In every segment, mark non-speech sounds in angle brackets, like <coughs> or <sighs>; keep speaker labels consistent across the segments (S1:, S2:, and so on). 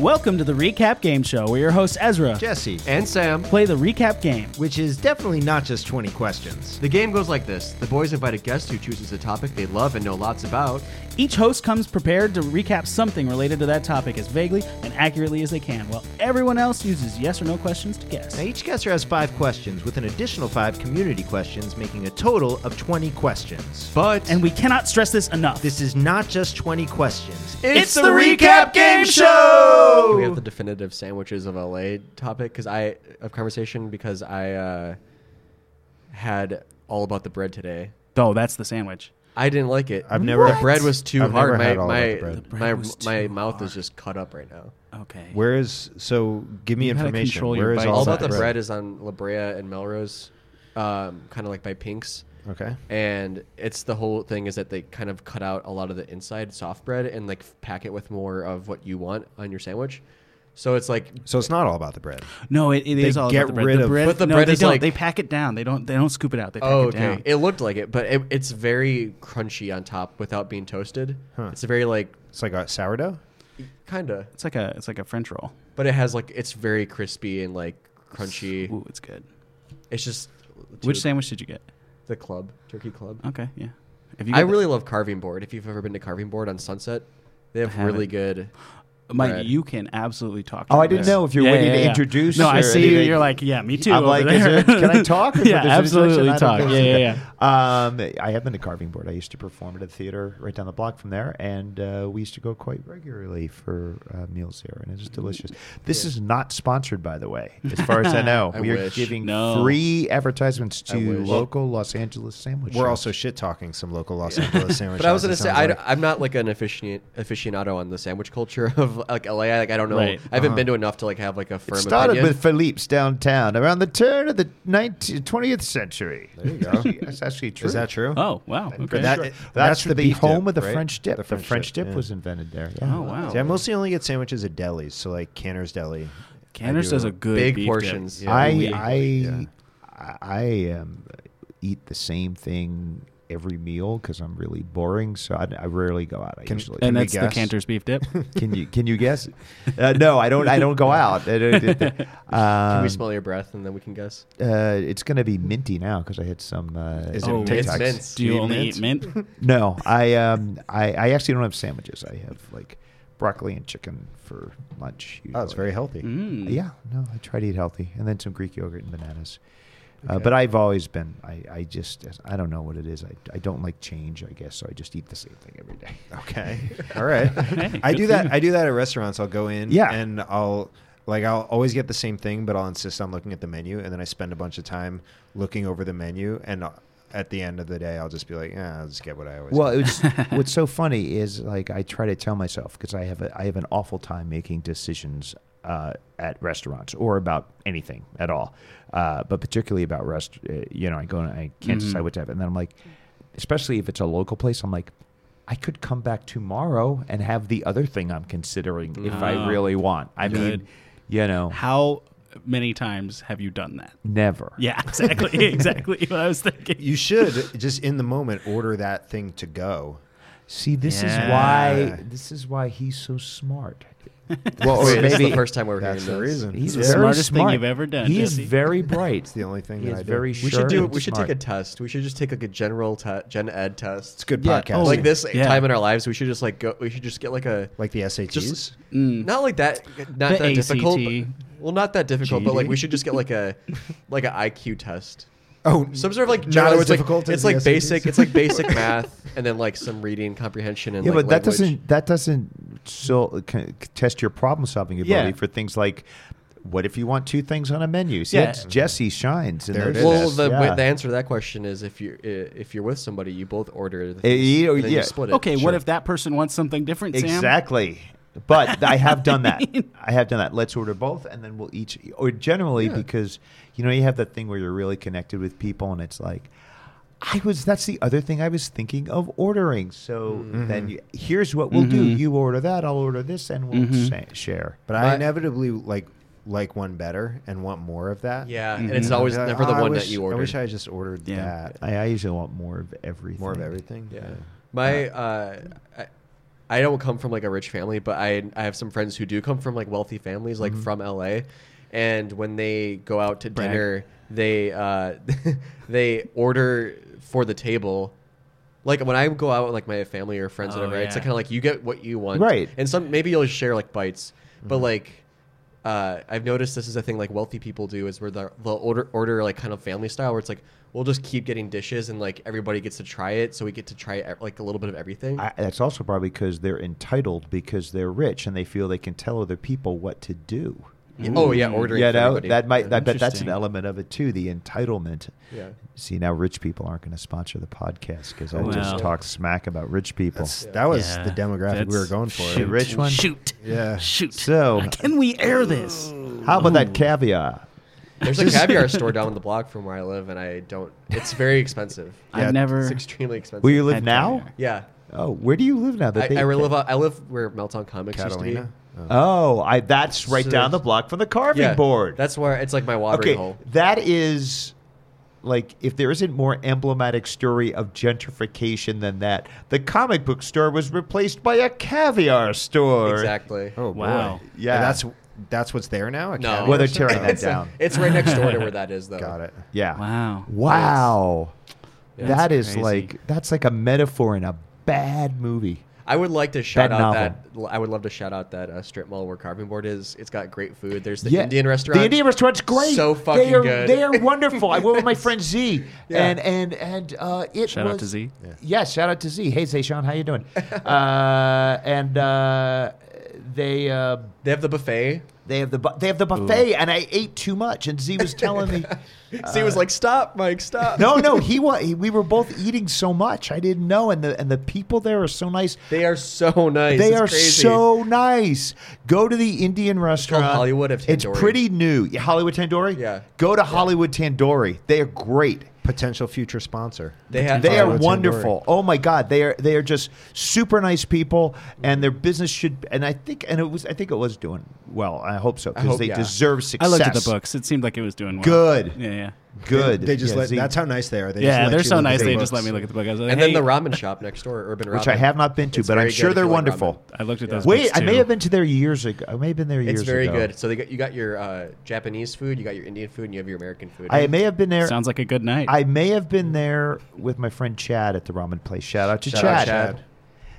S1: Welcome to the Recap Game Show, where your hosts Ezra
S2: Jesse and Sam,
S1: play the recap game.
S2: which is definitely not just 20 questions.
S3: The game goes like this the boys invite a guest who chooses a topic they love and know lots about.
S1: Each host comes prepared to recap something related to that topic as vaguely and accurately as they can, while everyone else uses yes or no questions to guess.
S2: Now, each guesser has five questions, with an additional five community questions, making a total of 20 questions.
S3: But
S1: And we cannot stress this enough.
S2: This is not just 20 questions.
S1: It's the Recap Game Show!
S3: Do we have the definitive sandwiches of LA topic because I of conversation because I uh, had all about the bread today.
S1: oh, that's the sandwich.
S3: I didn't like it.
S2: I've never-
S3: The bread was too
S2: I've
S3: hard.
S2: never
S3: My
S2: had all
S3: my
S2: about the bread.
S1: The bread
S3: my,
S1: was too
S3: my mouth
S1: hard.
S3: is just cut up right now.
S1: Okay.
S2: Where is, so give me
S1: You gotta
S2: information.
S1: control your
S2: Where is
S1: bites.
S2: all,
S3: All
S1: about
S3: about the bread. is on La Brea and Melrose, um, kind of like by Pink's.
S2: Okay.
S3: and it's the whole thing is that they kind of cut out a lot of the inside soft bread and like pack it with more of what you want on your sandwich. So it's like
S2: So it's not all about the bread.
S1: no, it, it is all
S2: get
S1: about the bread.
S2: rid
S1: the
S2: of-
S1: bread,
S3: But the
S1: no,
S3: bread
S1: they
S3: is
S1: don't.
S3: like-
S1: they pack it down. They don't. They don't scoop it out. They pack
S3: oh
S1: it
S3: okay,
S1: down.
S3: it looked like it, but it, it's very crunchy on top without being toasted.
S2: Huh.
S3: It's a very like
S2: It's like a sourdough?
S3: kinda,
S1: it's like a. It's like a French roll.
S3: but it has like it's very crispy and like crunchy.
S1: Ooh, it's good.
S3: It's just
S1: Which
S3: dude,
S1: sandwich did you get?
S3: the club turkey club.
S1: Okay, yeah. If you
S3: I
S1: got the-
S3: really love Carving Board. If you've ever been to Carving Board on Sunset, they have
S1: haven't.
S3: really good.
S1: Mike,
S3: Bread.
S1: you can absolutely talk.
S2: Oh,
S1: to
S2: I didn't
S1: this.
S2: know if you were waiting to introduce
S1: No, I
S2: or
S1: see you.
S2: anything.
S1: You're like, yeah, me too.
S2: I'm
S1: over
S2: like,
S1: there.
S2: is it, can
S1: <laughs>
S2: I talk? Is
S1: yeah,
S2: this an introduction?
S1: absolutely
S2: I don't
S1: talk.
S2: think
S1: Yeah,
S2: so.
S1: yeah, yeah.
S2: Um, I have been to Carving Board. I used to perform at a theater right down the block from there, and uh, we used to go quite regularly for uh, meals there, and it's just delicious. This is not sponsored, by the way,
S1: <laughs>
S2: as far as I know.
S3: I
S2: we are
S3: wish.
S2: giving
S1: No.
S2: free advertisements
S3: I
S2: to
S3: wish.
S2: local Los Angeles sandwiches.
S4: We're also shit talking some local
S1: <laughs>
S4: Los Angeles sandwich.
S3: But I was gonna
S4: shops, it
S3: say I,
S4: sounds like.
S3: am not like an aficionado, aficionado on the sandwich culture <laughs> of like LA. Like I don't know.
S1: Right.
S3: I haven't
S4: Uh-huh.
S3: been to enough to like have like a firm
S2: It started
S3: opinion.
S2: with Philippe's downtown around the turn of the 19th, 20th century.
S4: There you go.
S2: That's actually true.
S4: is that true?
S1: <laughs> Oh, wow. Okay.
S2: That-
S4: Sure.
S2: that's
S4: That's
S2: the
S4: the beef
S2: home
S4: dip,
S2: of the
S4: right?
S2: French dip. The French, dip,
S4: <laughs> yeah.
S2: was invented there. Yeah.
S1: oh, wow.
S4: See, I mostly only get sandwiches at delis, so like Canner's Deli.
S1: Canners
S4: I do
S1: does a good
S3: big
S1: beef dip.
S3: portions. Yeah.
S2: I
S1: Week.
S2: I
S4: Yeah.
S2: I- I um, eat the same thing every meal because I'm really boring. So I, I rarely go out. I
S4: Can-
S2: usually
S1: and
S4: we
S1: that's the
S4: guess?
S1: Cantor's beef
S2: <laughs>
S1: dip.
S2: can you can you guess? Uh, no, I don't. I don't go out. I don't-
S3: Can
S2: um,
S3: we smell your breath and then we can guess?
S2: uh, it's going to be minty now because I hit some. Uh,
S4: Is it
S1: Oh,
S4: mint?
S3: It's mint.
S1: Do you
S4: Eat
S1: only
S4: mint?
S1: eat mint?
S2: <laughs> No, I um, I, I actually don't have sandwiches. I have like broccoli and chicken for lunch. Usually.
S4: Oh, it's very healthy.
S1: Mm.
S2: Yeah, no, I try to eat healthy, and then some Greek yogurt and bananas. Uh,
S4: Okay.
S2: but I've always been, I, I just, I don't know what it is. I, I don't like change, I guess, so I just eat the same thing every day.
S4: Okay. <laughs> All right.
S1: <laughs> Hey,
S4: I
S1: good
S4: do
S1: for you.
S4: that. I do that at restaurants. I'll go in.
S2: Yeah.
S4: And I'll like I'll always get the same thing, but I'll insist on looking at the menu, and then I spend a bunch of time looking over the menu, and I'll- at the end of the day, I'll just be like, yeah, I'll just get what I always.
S2: Well,
S4: get."
S2: it's,
S1: <laughs>
S2: what's so funny is like I try to tell myself because I have a, I have an awful time making decisions uh, at restaurants or about anything at all, uh, but particularly about rest. Uh, you know, I go and I can't
S1: Mhm.
S2: decide what to have, and then I'm like, especially if it's a local place, I'm like. I could come back tomorrow and have the other thing I'm considering if I
S1: Ah.
S2: really want. I
S1: Good.
S2: mean, you know,
S1: How many times have you done that?
S2: never.
S1: Yeah, <laughs> exactly. exactly what I was thinking.
S4: you should just in the moment order that thing to go.
S2: See, this
S1: Yeah.
S2: is why this is why he's so smart.
S4: Well,
S3: Wait, this is the first time we're
S4: that's
S3: hearing
S4: the
S3: this.
S4: reason.
S2: He's
S1: the
S2: very
S1: smartest thing
S2: smart.
S1: you've ever done,
S2: He
S1: Jesse.
S2: is very
S1: <laughs>
S2: bright.
S4: It's the only thing
S2: He
S4: that
S2: is
S4: I do.
S2: very
S4: We
S3: We
S2: sharp
S3: should do.
S2: and
S3: We should
S2: smart.
S3: take a test. We should just take like a general te- gen ed test.
S4: It's good
S1: Yeah.
S4: podcast.
S1: Oh.
S3: Like this
S1: Yeah.
S3: time in our lives, we should just like go. We should just get like a
S4: like the SATs.
S3: Just- not like that. Not
S1: Mm. The
S3: that difficult.
S1: ACT.
S3: but- well, not that difficult, but like we should just get
S1: <laughs>
S3: like a like an IQ test.
S4: oh,
S3: Some sort of like
S4: Not
S3: general,
S4: as
S3: it's like,
S4: difficult as
S3: it's like
S4: the SATs?
S3: basic.
S4: <laughs>
S3: It's like basic <laughs> math, and then like some reading comprehension and
S2: Yeah,
S3: like
S2: but that
S3: language.
S2: doesn't that doesn't so, c- test your problem solving ability
S1: Yeah.
S2: for things like what if you want two things on a menu? See,
S1: Yeah.
S2: that's Jesse shines. in
S4: There it
S2: those
S4: is.
S3: Well,
S2: tests.
S3: the,
S2: Yeah.
S3: the answer to that question is if you if you're with somebody, you both order. The
S2: Eh, you-
S3: and then
S2: <laughs>
S3: you
S2: yeah.
S3: split it.
S1: Okay, what
S2: Sure.
S1: if that person wants something different, Sam?
S2: Exactly. But I have done that. I have done that. Let's order both, and then we'll each. Or generally,
S3: Yeah.
S2: because you know you have that thing where you're really connected with people, and it's like, I was. That's the other thing I was thinking of ordering. So then, you, here's what we'll do:
S1: Mhm.
S2: you order that, I'll order this, and we'll
S1: Mhm.
S2: sa- share.
S4: But I
S3: But-
S4: inevitably like like one better and want more of that.
S3: Yeah,
S1: Mhm.
S3: and it's always
S4: I'd be like,
S3: never the
S4: "Oh, I
S3: one
S4: wish-
S3: that you
S4: I wish
S3: ordered.
S4: I had just ordered
S1: Yeah.
S4: that.
S2: I, I usually want more of everything.
S4: More of everything.
S3: yeah, my uh, I, I don't come from like a rich family, but I I have some friends who do come from like wealthy families, like from LA, and when they go out to
S1: Mm-hmm. Brag.
S3: dinner, they uh, <laughs> they order for the table. Like when I go out with like my family or friends,
S1: Oh,
S3: or whatever, it's
S1: yeah.
S3: like kind of like you get what you want,
S2: Right.
S3: And some maybe you'll share like bites, but
S4: Mm-hmm.
S3: like uh, I've noticed this is a thing like wealthy people do is where they'll, they'll order order like kind of family style where it's like we'll just keep getting dishes and like everybody gets to try it, so we get to try e- like a little bit of everything.
S2: I, that's also probably because they're entitled because they're rich and they feel they can tell other people what to do.
S3: Yeah. Oh yeah, ordering.
S2: You
S3: for
S2: know,
S3: everybody.
S2: that might. I bet that's an
S1: Interesting.
S2: element of it too. The entitlement.
S4: <laughs>
S3: Yeah.
S2: See now, rich people aren't going to sponsor the podcast because I
S1: Wow.
S2: just talked smack about rich people.
S4: That's, That was
S1: Yeah.
S4: the demographic we were
S1: That's-
S4: going for.
S2: The rich one.
S1: Shoot.
S4: Yeah.
S1: Shoot.
S2: So-
S1: can we air this?
S2: How about that caviar?
S3: There's a caviar
S4: <laughs>
S3: store down the block from where I live, and I don't. It's very expensive.
S4: Yeah,
S1: I've never.
S3: It's extremely expensive.
S2: Where you live
S1: Had
S2: now?
S1: caviar.
S3: yeah,
S2: Oh, where do you live now?
S3: I,
S2: they-
S3: I live. I live where Meltdown Comics used to
S4: Catalina. Oh.
S2: Oh, I. That's right
S3: So
S2: down the
S3: there's-
S2: block from the
S3: be.
S2: carving
S3: Yeah,
S2: board.
S3: That's where it's like my watering
S2: okay.
S3: hole.
S2: That is. Like, if there isn't more emblematic story of gentrification than that, the comic book store was replaced by a caviar store.
S3: Exactly.
S4: Oh boy.
S1: Wow.
S2: Yeah.
S4: That's that's what's there now. A
S3: No.
S4: caviar
S2: Well, they're
S4: store?
S2: tearing that
S3: <laughs> It's-
S2: down.
S3: It's right next door to
S4: <laughs>
S3: where that is, though.
S4: Got it.
S2: Yeah.
S1: Wow.
S2: Wow.
S1: Yeah,
S2: that
S1: that's
S2: is
S1: crazy.
S2: like that's like a metaphor in a bad movie.
S3: I would like to shout
S2: That
S3: out
S2: novel.
S3: that. I would love to shout out that uh, strip mall where Carving Board is. It's got great food. There's the
S2: Yeah,
S3: Indian restaurant.
S2: The Indian restaurant's great.
S3: So
S2: they
S3: fucking
S2: are,
S3: good.
S2: They are wonderful. I went with my
S3: <laughs>
S2: friend Z,
S3: Yeah.
S2: and and and uh, it
S1: Shout out
S2: was-
S1: to Z.
S2: Yeah. shout out to Z. Hey, Zay Sean, how you
S3: <laughs>
S2: doing? uh, and uh, they. Uh,
S3: They have the buffet.
S2: they have the bu- they have the buffet, and I ate too much. And Z
S3: <laughs>
S2: was telling me,
S3: so he was like, "Stop, Mike, stop."
S2: Uh, no, no, he was. We were both eating so much, I didn't know. And the and the people there are so nice.
S3: they are so nice.
S2: They
S3: It's
S2: are
S3: crazy.
S2: so nice. Go to the Indian restaurant.
S3: Hollywood of
S2: It's
S3: Tandoori.
S2: pretty new. Yeah, Hollywood Tandoori?
S3: Yeah.
S2: Go to Hollywood Tandoori. They are great.
S4: Potential future sponsor.
S3: They have. uh,
S2: They are
S4: Hollywood
S2: wonderful. Oh my God, they are they are just super nice people, and their business should. And I think, and it was, I think it was doing well. I hope so because
S3: hope-
S2: they
S3: yeah.
S2: deserve success.
S1: I looked at the books. It seemed like it was doing well.
S2: Good.
S1: Yeah, yeah.
S2: Good.
S4: They just
S2: Yeah,
S4: let.
S2: Z-
S4: That's how nice they are. They just
S1: yeah,
S4: let
S1: they're
S4: you
S1: so
S4: look at
S1: nice.
S4: the
S1: They just let
S4: books.
S1: me look at the book. I was like,
S3: And
S1: hey,
S3: then the ramen shop next door, Urban Ramen,
S2: which I have not been to,
S3: It's
S2: but I'm
S3: very good
S2: sure
S3: if
S2: they're
S3: you like
S2: wonderful.
S3: ramen.
S1: I looked at those.
S2: Wait,
S1: books
S2: I may
S1: too.
S2: have been to there years ago. I may have been there years
S3: It's very
S2: ago.
S3: good. So they got, you got your uh, Japanese food, you got your Indian food, and you have your American food.
S2: I may have been there.
S1: Sounds like a good night.
S2: I may have been there with my friend Chad at the ramen place. Shout out to
S3: Shout
S2: Chad.
S3: out Chad.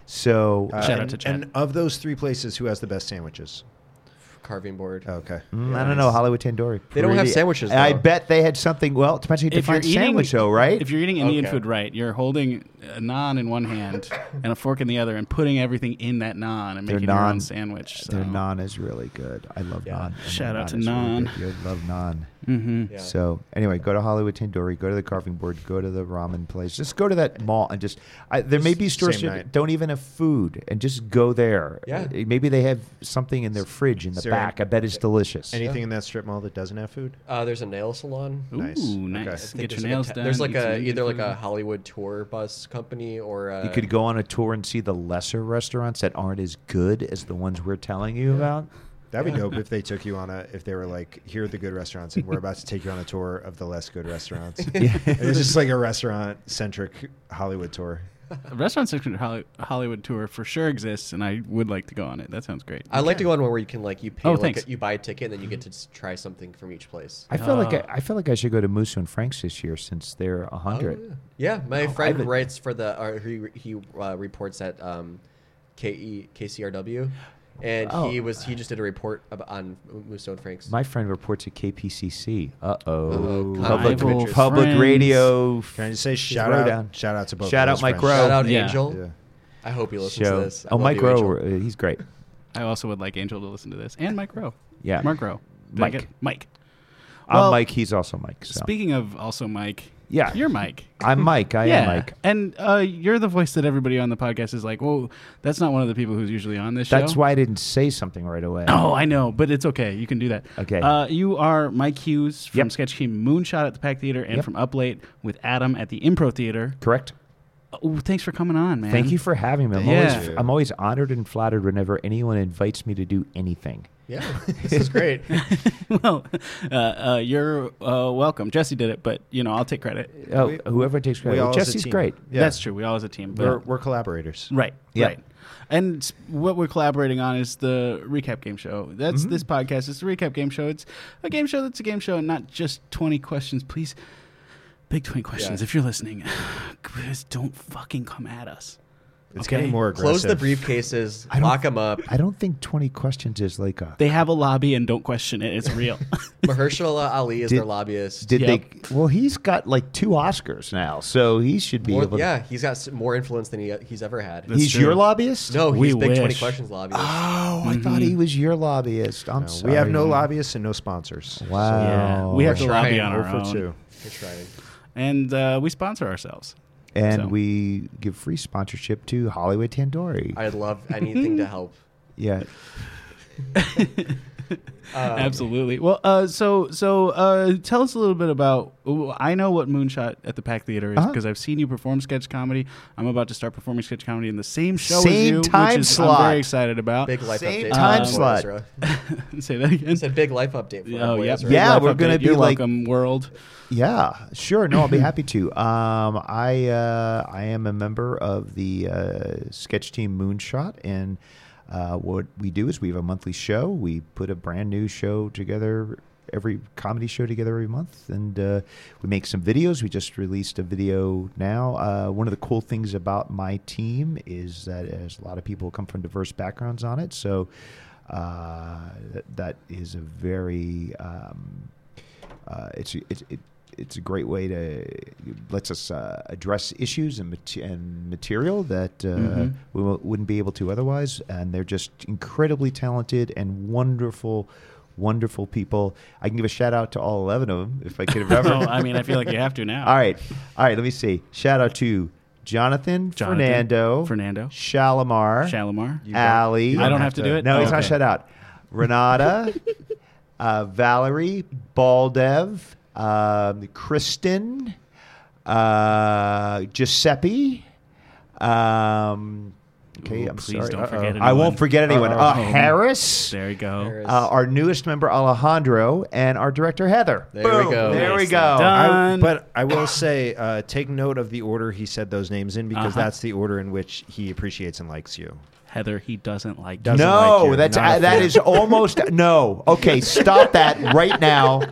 S2: So
S4: Uh,
S1: Shout out
S4: and-
S1: to Chad.
S4: And of those three places, who has the best sandwiches? Oh,
S3: carving board.
S4: Okay.
S2: mm, I don't know Hollywood Tandoori.
S3: They don't have
S2: Pretty-
S3: sandwiches,
S2: I
S3: though.
S2: bet they had something. Well, it depends how you
S1: if you're
S2: define
S1: eating
S2: sandwich, though, right?
S1: If you're eating Indian
S3: Okay.
S1: food right, you're holding a naan in one hand and a fork in the other, and putting everything in that naan and
S2: Their
S1: making your own
S2: naan-
S1: sandwich. So.
S2: Their naan is really good. I love
S3: Yeah.
S2: naan.
S1: Oh. Shout out to
S2: is really
S1: naan.
S2: good. You love naan.
S1: Mhm.
S3: Yeah.
S2: So anyway, go to Hollywood Tandoori, go to the carving board, go to the ramen place. Just go to that mall and just I, there may be stores
S4: Same
S2: that
S4: night.
S2: don't even have food and just go there.
S3: Yeah.
S2: Uh, Maybe they have something in their fridge in the
S4: Is there
S2: back. I bet it's delicious.
S4: Anything in that strip mall that doesn't have food?
S3: Uh, there's a nail salon.
S1: Ooh,
S4: Nice.
S1: nice.
S4: Okay. I
S3: I
S1: Get
S3: think
S1: your
S3: there's like a
S1: nails
S3: ta-
S1: done.
S3: There's like
S1: eat some
S3: a
S1: Indian
S3: either like
S1: food.
S3: a Hollywood tour bus company or uh, a,
S2: you could go on a tour and see the lesser restaurants that aren't as good as the ones we're telling you about.
S4: That'd be dope if they took you on a
S2: <laughs>
S4: if they were like, here are the good restaurants, and we're about to take you on a tour of the less good
S2: <laughs>
S4: restaurants. And it's just like a restaurant centric Hollywood tour.
S1: A restaurant section of Holly- Hollywood tour for sure exists, and I would like to go on it. That sounds great.
S2: Uh,
S3: I like to go on one where you can like you pay
S1: Oh,
S3: like
S1: thanks.
S3: a, you buy a ticket and then you get to s- try something from each place.
S2: I feel like I, I feel like I should go to Musso and Frank's this year since they're a hundred.
S3: Oh, Yeah, my friend
S2: Oh, haven't-
S3: writes for the or he he uh, reports at um, E, KE KCRW, and he
S2: Oh.
S3: was he just did a report about, on Musso and Frank's.
S2: My friend reports at KPCC. Uh
S3: Uh-oh,
S2: oh,
S3: conflict of
S2: public
S3: interest.
S2: public
S1: Friends.
S2: radio.
S4: Can I just say
S2: She's
S4: shout
S2: row
S4: out
S2: down.
S4: shout out to both
S2: Shout
S4: of
S2: out
S4: those
S2: Mike
S4: friends.
S2: Rowe.
S3: Shout out
S1: Yeah.
S3: Angel.
S4: Yeah.
S3: I hope he listens
S2: show.
S3: to this. I
S2: oh,
S3: love
S2: Mike
S3: you, Angel.
S2: Rowe, uh, he's great.
S1: I also would like Angel to listen to this and Mike Rowe.
S2: Yeah.
S1: Mark Rowe. Did I
S2: Mike.
S1: get- Mike.
S2: I'm
S1: Well,
S2: Mike. He's also Mike. So.
S1: Speaking of also Mike.
S2: Yeah.
S1: You're Mike.
S2: I'm Mike. I
S1: yeah,
S2: am Mike.
S1: and uh, you're the voice that everybody on the podcast is like, "Whoa, that's not one of the people who's usually on this
S2: That's
S1: show."
S2: why I didn't say something right away.
S1: <laughs> Oh, I know, but it's okay. You can do that.
S2: Okay.
S1: Uh, you are Mike Hughes from
S2: Yep.
S1: Sketch Team Moonshot at the Pack Theater and
S2: Yep.
S1: from Up Late with Adam at the Impro Theater.
S2: Correct.
S1: Oh, thanks for coming on, man.
S2: Mm-hmm. Thank you for having me. I'm,
S1: Yeah.
S2: always, I'm always honored and flattered whenever anyone invites me to do anything. <laughs>
S3: Yeah, this is great.
S1: <laughs> well, uh, uh, you're uh, welcome. Jesse did it, but you know I'll take credit.
S2: Oh,
S4: We-
S2: whoever takes
S4: We all
S2: credit.
S4: as a
S2: Jesse's
S4: team.
S2: great.
S4: Yeah.
S1: That's true. We all as a team. But
S4: We're, we're collaborators.
S1: Right.
S2: Yeah.
S1: Right. And s- what we're collaborating on is the recap game show. That's this podcast. It's the recap game show. It's a game show that's a game show and not just 20 questions. Please, big 20 questions.
S3: Yeah.
S1: If you're listening, <sighs> please don't fucking come at us.
S4: It's
S1: Okay.
S4: getting more
S3: Close
S4: aggressive.
S3: the briefcases,
S2: I don't-
S3: lock them
S2: <laughs>
S3: up.
S2: I don't think 20 questions is like a.
S1: They have a lobby and don't question it. It's real.
S3: Mahershala Ali is
S2: Did-
S3: their lobbyist.
S2: Did
S1: Yep.
S2: they? Well, he's got like two Oscars now, so he should be
S3: More-
S2: able.
S3: yeah, he's got s- more influence than he, he's ever had.
S2: to... he's
S1: true.
S2: your lobbyist.
S3: no, he's
S1: We
S3: big twenty
S1: wish. Ah.
S3: questions lobbyist.
S2: Oh, I
S1: Mm-hmm.
S2: thought he was your lobbyist. I'm
S4: No,
S2: sorry.
S4: we have no lobbyists and no sponsors.
S2: Wow.
S1: <laughs> yeah.
S2: Oh.
S1: We have to
S3: We're
S1: lobby
S3: trying.
S1: on
S4: We're
S1: our
S4: for
S1: own.
S2: <laughs>
S4: two.
S3: You're trying.
S1: And uh, we sponsor ourselves.
S2: And
S1: So-
S2: we give free sponsorship to Hollywood Tandoori.
S3: I'd love anything to help.
S2: yeah.
S3: Um,
S1: Absolutely. Well, uh, so so uh, tell us a little bit about. ooh, I know what Moonshot at the Pack Theater is
S2: Uh-huh.
S1: because I've seen you perform sketch comedy. I'm about to start performing sketch comedy in the same show as
S2: Same
S1: you, which
S2: time
S1: is I'm
S2: slot.
S1: very excited about. <laughs>
S3: Big life
S2: Same
S3: update.
S2: time
S3: for
S2: slot.
S3: Ezra.
S1: Say that again.
S3: It's a big life update for
S1: oh
S3: our
S1: <laughs>
S3: boy
S1: yeah,
S3: Ezra.
S2: Yeah,
S1: Life
S2: we're gonna
S1: update.
S2: be
S1: You're
S2: like-
S1: welcome, <laughs> world.
S2: Yeah, sure. No, I'll be happy to. Um, I uh, I am a member of the uh, sketch team Moonshot, and uh, what we do is we have a monthly show. We put a brand new show together every comedy show together every month, and uh, we make some videos. We just released a video now. Uh, one of the cool things about my team is that as a lot of people come from diverse backgrounds on it, so. Uh, that, that is a very um, uh, it's it, it, it's a great way to it lets us uh, address issues and mate- and material that uh,
S1: Mhm.
S2: we w- wouldn't be able to otherwise. And they're just incredibly talented and wonderful, wonderful people. I can give a shout out to all eleven of them if I could
S1: <laughs>
S2: remember.
S1: Oh, I mean, I feel like you have to now.
S2: <laughs> all right, all right. Let me see. Shout out to Jonathan,
S1: Jonathan,
S2: Fernando,
S1: Fernando.
S2: Shalimar,
S1: Shalimar.
S4: You don't-
S2: Ali.
S4: you
S1: I don't have to do it?
S2: No,
S1: Oh,
S2: he's not
S1: okay.
S2: shut out.
S1: <laughs>
S2: Renata, uh, Valerie, Baldev, um, Kristen, uh, Giuseppe. Um, okay,
S1: Ooh,
S2: I'm
S1: please
S2: sorry.
S1: don't
S2: Uh-oh.
S1: forget
S2: I won't
S1: anyone. oh,
S2: forget anyone.
S4: Uh-oh.
S2: Uh, Harris,
S1: There you go.
S3: There it is.
S2: uh, our newest member Alejandro, and our director Heather.
S3: There we
S2: Boom.
S3: go.
S2: There we
S1: Nicely
S2: go.
S1: done.
S4: I,
S1: Done.
S4: but I will say, uh, take note of the order he said those names in because
S1: Uh-huh.
S4: that's the order in which he appreciates and likes you.
S1: Heather, he doesn't like. you.
S4: Doesn't-
S2: no,
S4: like you.
S2: that's
S4: Not a
S2: uh, that
S4: fan.
S2: is almost no. Okay, stop that right now.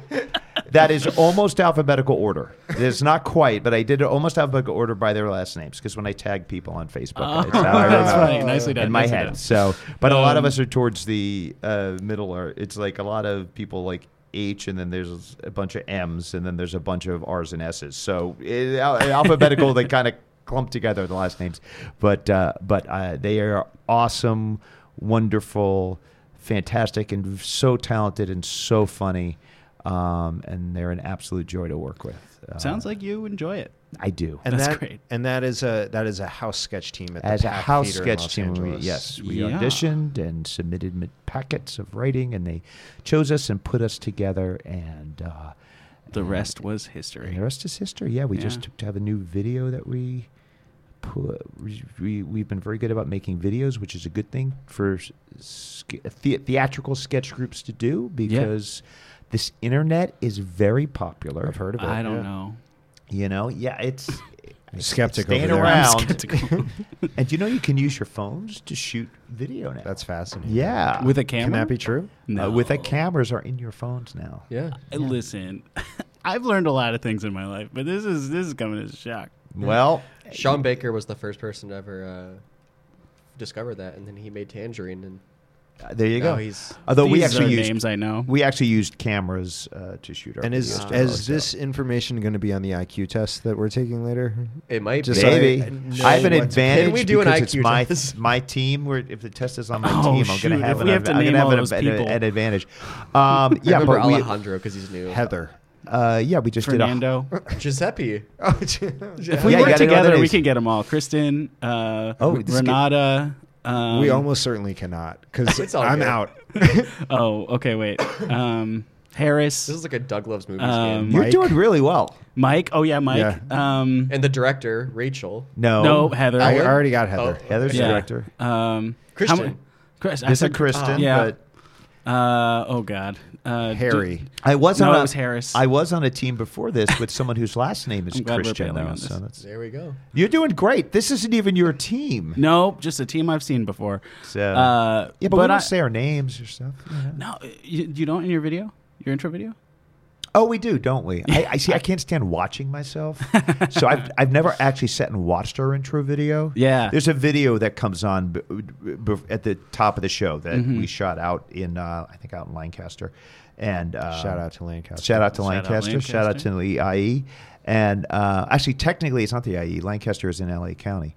S2: That is almost alphabetical order. It's not quite, but I did it almost alphabetical order by their last names because when I tag people on Facebook,
S1: Oh,
S2: it's how I
S1: that's
S2: remember
S1: funny. Nicely done.
S2: in my
S1: Nicely
S2: head.
S1: done.
S2: So, but a lot of
S1: Um,
S2: us are towards the uh, middle. Or it's like a lot of people like. H and then there's a bunch of M's and then there's a bunch of R's and S's. So it, al- alphabetical, they kind of clump together the last names, but uh, but uh, they are awesome, wonderful, fantastic, and so talented and so funny, um, and they're an absolute joy to work with.
S1: <laughs>
S2: Uh,
S1: Sounds like you enjoy it.
S2: I do.
S4: And
S1: That's
S4: that,
S1: great.
S4: And that is a that is a house sketch team at the
S2: as a
S4: Pack
S2: house
S4: Theater in
S2: sketch
S4: Los
S2: team. We,
S4: Angeles.
S2: yes, we
S1: Yeah.
S2: auditioned and submitted ma- packets of writing, and they chose us and put us together. And uh,
S1: The rest was
S2: and
S1: history.
S2: the rest is history. Yeah, we just
S1: Yeah.
S2: t- have a new video that we put. We, we we've been very good about making videos, which is a good thing for s- ske- the, theatrical sketch groups to do because. This internet is very popular. I've heard
S1: I don't know.
S2: You know, yeah, it's it's
S4: skeptic
S2: staying
S4: over there.
S1: I'm
S2: around.
S1: skeptical.
S2: <laughs> And do you know you can use your phones to shoot video now?
S4: That's fascinating.
S2: yeah.
S1: With a
S4: Can
S1: camera.
S4: that be true?
S1: No.
S2: Uh, with a cameras are in your phones now.
S3: yeah.
S1: Uh, Listen, <laughs> I've learned a lot of things in my life, but this is this is coming as a shock.
S2: Well,
S3: Sean Baker was the first person to ever uh, discover that, and then he made Tangerine, and
S2: uh, there you
S3: now
S2: go.
S3: he's
S2: Although we
S1: These are
S2: actually used
S1: names I know.
S2: we actually used cameras uh, to shoot our
S4: And is
S2: videos
S4: is
S2: too,
S4: this
S2: so.
S4: information going to be on the IQ test that we're taking later?
S3: it might
S4: Just
S3: be.
S4: like-
S2: maybe
S4: I know
S2: I, have an
S4: what-
S2: advantage
S3: Can we do an
S2: because it's
S3: IQ
S2: my <laughs>
S3: test?
S2: my team. Where if the test is on my
S1: <laughs> Oh,
S2: team, I'm
S1: shoot, if
S2: going to have an
S1: we have to
S2: adv- I'm
S1: name
S2: gonna have
S1: all
S2: an,
S1: those
S2: an-
S1: people.
S2: an advantage.
S1: <laughs>
S2: Um,
S3: I
S2: yeah,
S3: remember
S2: but we,
S3: Alejandro because he's new.
S4: Heather.
S2: uh, yeah, we just did a
S1: Fernando.
S3: <laughs>
S2: <laughs>
S3: Giuseppe.
S4: Oh,
S1: If we
S2: Yeah, you
S1: work
S2: gotta know
S1: together,
S2: that
S1: we
S2: is-
S1: can get them all. Kristen, uh,
S2: Oh, this could-
S1: Renata. Um,
S4: we almost certainly
S2: <laughs>
S4: cannot because
S3: It's all
S4: I'm
S3: good.
S4: out.
S1: Oh, okay, wait.
S2: <coughs>
S1: Um, Harris,
S3: This is like a Doug Loves Movies
S1: Um,
S3: game.
S2: You're
S4: Mike.
S2: doing really well.
S1: Mike. Oh yeah, Mike. Um,
S3: And the director, Rachel.
S2: No,
S1: no, Heather.
S4: I
S3: Ellen?
S4: already got Heather.
S3: Oh,
S2: Heather's
S1: yeah.
S2: director.
S1: Um,
S3: Kristen.
S1: how mu- Chris. I
S2: This is
S1: said "Oh."
S2: Kristen,
S1: Yeah.
S2: but
S1: Uh, oh God. Uh,
S4: Harry.
S1: do-
S2: I was
S1: No,
S2: on.
S1: it
S2: a-
S1: was Harris.
S2: I was on a team before this with someone whose last name is
S1: <laughs> I'm glad we're
S2: Christian.
S1: bailing
S2: Though,
S1: on
S2: so
S1: this.
S2: that's-
S3: There we go.
S2: you're doing great. This isn't even your team.
S1: no, just a team I've seen before.
S2: So
S1: Uh,
S2: yeah, but, we don't
S1: I,
S2: say our names or stuff. Yeah.
S1: no. You, you don't in your video, your intro video.
S2: Oh, we do, don't we? I,
S1: <laughs>
S2: I see. I can't stand watching myself, so I've I've never actually sat and watched our intro video.
S1: Yeah.
S2: <laughs> there's a video that comes on b- b- at the top of the show that
S1: Mm-hmm.
S2: we shot out in uh, I think out in Lancaster, and uh,
S4: Shout out to Lancaster.
S2: Shout out to
S1: Shout out
S2: Lancaster. Shout out
S1: Lancaster.
S2: to the IE. And uh, actually, technically, it's not the IE. Lancaster is in LA County.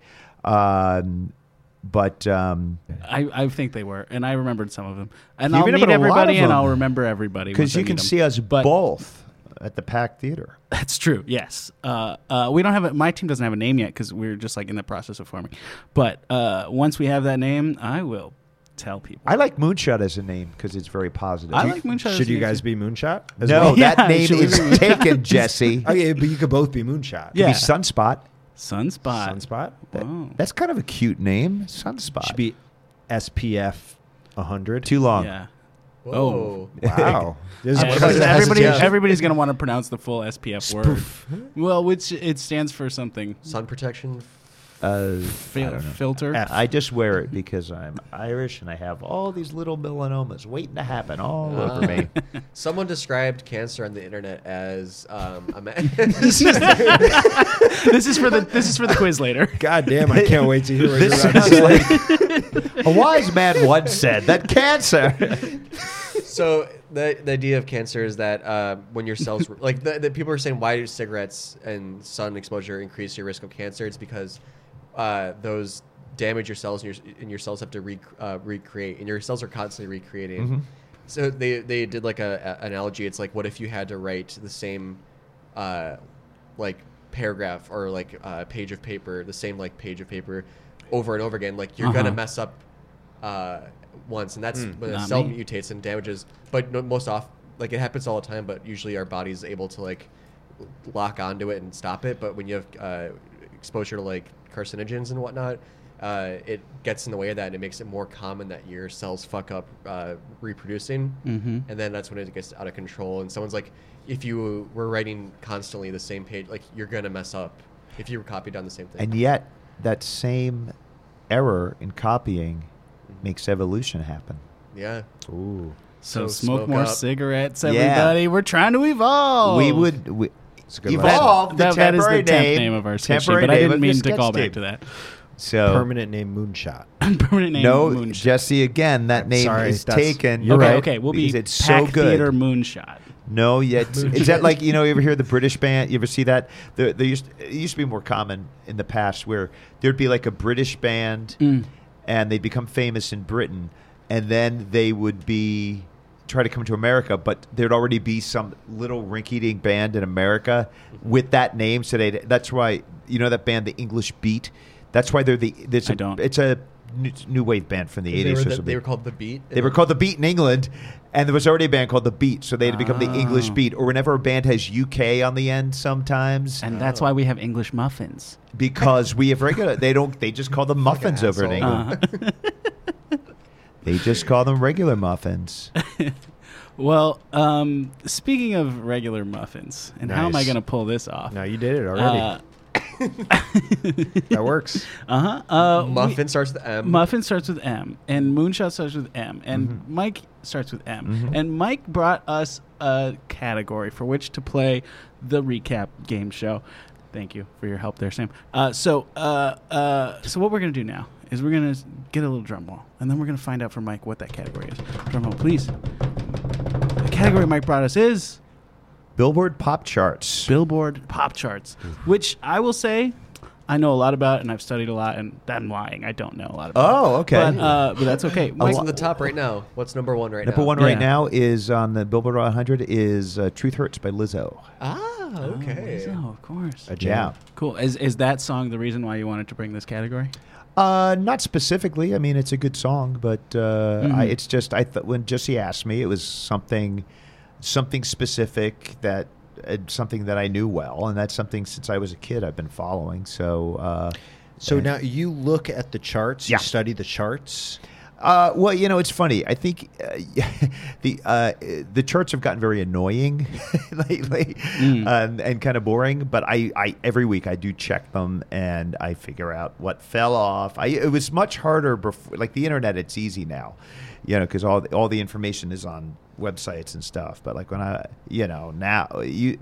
S2: Um, but um,
S1: I, I think they were, and I remembered some of them. And
S2: You
S1: I'll meet
S2: remembered a lot
S1: everybody,
S2: of
S1: and
S2: them.
S1: I'll remember everybody
S2: because
S1: once I
S2: you
S1: meet
S2: can
S1: 'em.
S2: see us
S1: But-
S2: both at the Pack Theater.
S1: That's true. Yes. Uh, uh, we don't have a, my team doesn't have a name yet because we're just like in the process of forming. But uh, once we have that name, I will tell people.
S2: I like Moonshot as a name because it's very positive.
S1: I like Moonshot.
S4: Should you guys be Moonshot? as
S2: no,
S1: <laughs>
S4: well?
S1: Yeah,
S2: that name
S1: should we
S2: is
S1: <laughs>
S2: taken, <laughs> Jesse.
S4: Oh, yeah, but you could both be Moonshot.
S1: Yeah.
S2: Be Sunspot.
S1: Sunspot.
S4: Sunspot.
S2: That-
S1: Wow.
S2: That's kind of a cute name, Sunspot.
S4: Oh. Should be SPF 100.
S2: too long.
S1: Yeah.
S3: Whoa.
S2: <laughs>
S4: Wow. This is
S1: Uh,
S4: because
S1: because
S4: of
S1: everybody,
S4: hesitation.
S1: everybody's going to want to pronounce the full SPF word. Well, which it stands for something.
S3: Sun protection.
S2: Uh, I
S1: Fil-
S2: don't know.
S1: filter.
S4: F.
S2: I just wear it because I'm Irish and I have all these little melanomas waiting to happen all
S4: Uh.
S2: over
S1: <laughs>
S2: me.
S3: Someone described cancer on the internet as um, a ma- <laughs>
S1: this is for the this is for the quiz later.
S4: <laughs> God damn, I can't wait to hear what
S2: This
S4: you're about to
S2: is
S4: say.
S1: <laughs>
S2: like a wise man once said that cancer. <laughs>
S3: so the, the idea of cancer is that uh, when
S1: <laughs>
S3: your cells like the, the people are saying why do cigarettes and sun exposure increase your risk of cancer it's because uh, those damage your cells and your, and your cells have to re, uh, recreate and your cells are constantly recreating
S1: Mm-hmm.
S3: so they, they did like a, a analogy it's like what if you had to write the same uh, like paragraph or like uh, page of paper the same like page of paper over and over again like you're gonna
S1: Uh-huh. Hmm,
S3: mess up uh, once and that's when a
S1: Not
S3: cell
S1: me.
S3: mutates and damages. But no, most off, like it happens all the time. But usually our body's able to like lock onto it and stop it. But when you have uh, exposure to like carcinogens and whatnot, uh, it gets in the way of that, and it makes it more common that your cells fuck up uh, reproducing,
S2: Mm-hmm.
S1: Mhm.
S3: and then that's when it gets out of control. And someone's like, if you were writing constantly the same page, like you're gonna mess up if you were copied down the same thing.
S2: And yet, that same error in copying makes evolution happen.
S3: yeah,
S4: Ooh.
S1: So,
S3: So
S1: smoke,
S3: smoke
S1: more
S3: up.
S1: cigarettes,
S2: Yeah.
S1: everybody. We're trying to evolve.
S2: We would we,
S4: It's a good lesson.
S2: evolve
S1: That-
S2: the
S1: that is
S2: temporary
S1: the temp
S2: name,
S1: name of our sketch sheet,
S2: temporary
S1: but I
S2: name
S1: didn't
S2: of your
S1: mean to
S2: sketch
S1: call back
S2: team.
S1: to that. <laughs>
S2: So
S4: Permanent name Moonshot.
S1: Permanent name.
S2: no,
S1: Moonshot.
S2: Jesse. Again, that
S4: I'm
S2: name
S4: sorry,
S2: is
S4: that's-
S2: taken.
S4: You're
S1: okay,
S4: right.
S1: okay, we'll be
S2: because it's so
S1: Pack
S2: good.
S1: Theater Moonshot.
S2: No,
S3: <laughs>
S2: yet is that like you know? You ever hear the British band? You ever see that? There, there used it used to be more common in the past where there'd be like a British band,
S1: Mm.
S2: and they'd become famous in Britain, and then they would be try to come to America, but there'd already be some little rink-eating band in America with that name. So they that's why you know that band, the English Beat. That's why they're the. There's
S1: I
S2: a-
S1: don't.
S2: It's a new, new wave band from the
S3: they
S2: eighties
S3: were,
S2: or
S3: the-
S2: something.
S3: they were called the beat.
S2: They were called the Beat in England, and there was already a band called the Beat, so they had to become the English
S1: Oh.
S2: Beat. Or whenever a band has UK on the end, sometimes
S1: And that's why we have English muffins.
S2: because we have regular, they don't. They just call them muffins
S3: Fucking
S2: over in
S3: asshole.
S2: England.
S1: Uh, Uh-huh.
S2: <laughs> They just call them regular muffins.
S1: well, um, speaking of regular muffins, and how am I
S4: Nice.
S1: going to pull this off?
S4: No, you did it already.
S1: Uh
S4: that
S2: <laughs>
S4: works.
S1: huh. Uh, we-
S3: Muffin starts with M.
S1: Muffin starts with M, and Moonshot starts with M, and Mike starts with M. And Mike brought us a category for which to play the recap game show. Thank you for your help there, Sam. Uh, so, uh, uh, so what we're gonna do now is we're gonna s- get a little drum roll, and then we're gonna find out from Mike what that category is. Drum roll, please. The category Mike brought us is
S2: Billboard pop charts.
S1: Billboard pop charts, which I will say I know a lot about, and I've studied a lot, and I'm lying. I don't know a lot about.
S2: Oh, okay.
S1: But, uh, but that's okay.
S3: What's
S1: Mike-
S3: on the top right now? What's number one right
S2: Number
S3: now?
S2: one
S1: Yeah.
S2: right now is on the Billboard 100 is uh, "Truth Hurts" by Lizzo.
S3: Ah, okay.
S1: Oh, of course.
S4: A
S2: Yeah.
S4: jam.
S1: Cool. Is is that song the reason why you wanted to bring this category?
S2: Uh, not specifically. I mean, it's a good song, but uh, I,
S1: Mhm.
S2: it's just I thought when Jesse asked me, it was something, something specific that uh, something that I knew well, and that's something since I was a kid I've been following. So, uh,
S4: So
S2: and-
S4: now you look at the charts,
S2: Yeah.
S4: you study the charts.
S2: Uh, well, you know, it's funny. I think uh, <laughs> the uh, the charts have gotten very annoying <laughs> lately, Uh, and, and kind of boring. But I, I every week I do check them and I figure out what fell off. I it was much harder before, like the internet. It's easy now, you know, because all the, all the information is on websites and stuff. But like when I, you know, now you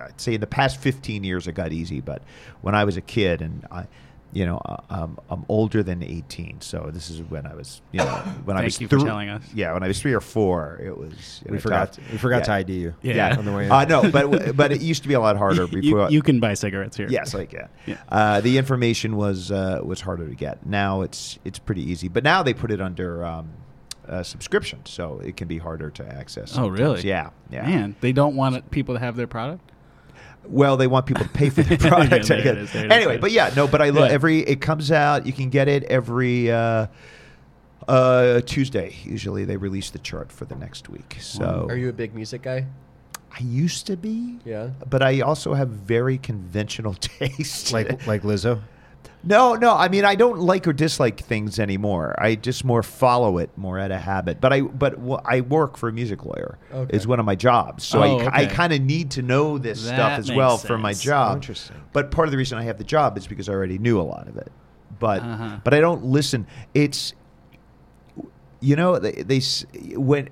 S2: I'd say in the past 15 years it got easy, but when I was a kid and I, you know, uh, um, I'm older than 18, so this is when I was, you know, when I
S1: Thank
S2: was
S1: you for
S2: three-
S1: telling us.
S2: Yeah, when I was three or four, it was. you
S4: We
S2: know,
S4: forgot.
S2: tough.
S4: We forgot
S2: Yeah.
S4: to ID you.
S1: Yeah.
S4: On the way in.
S2: Uh, no, but but it used to be a lot harder
S1: <laughs> you,
S2: before.
S1: you can buy cigarettes here.
S2: Yes, I can.
S1: Yeah.
S2: Uh, the information was uh, was harder to get. Now it's it's pretty easy, but now they put it under um, uh, subscription, so it can be harder to access.
S1: Oh, really?
S2: sometimes. Yeah, yeah.
S1: Man, they don't want it- people to have their product.
S2: Well, they want people to
S1: <laughs>
S2: pay for the
S1: Yeah,
S2: product.
S1: there
S2: I
S1: it is, there
S2: guess.
S1: it is, there
S2: anyway,
S1: it
S2: but
S1: is.
S2: yeah, no, but I love
S1: Yeah.
S2: every. It comes out. You can get it every uh, uh, Tuesday. Usually, they release the chart for the next week. So
S3: Are you a big music guy?
S2: I used to be.
S3: Yeah.
S2: But I also have very conventional <laughs> taste.
S4: like like Lizzo.
S2: no, no. I mean, I don't like or dislike things anymore. I just more follow it more out of habit. But I, but wh- I work for a music lawyer.
S3: Okay.
S2: It's one of my jobs, so
S1: Oh,
S2: I, I
S1: okay.
S2: kind of need to know this
S1: That
S2: stuff as
S1: makes
S2: well for my
S1: sense.
S2: job.
S4: Oh, interesting.
S2: But part of the reason I have the job is because I already knew a lot of it. But
S1: Uh-huh.
S2: but I don't listen. It's you know they, they s- when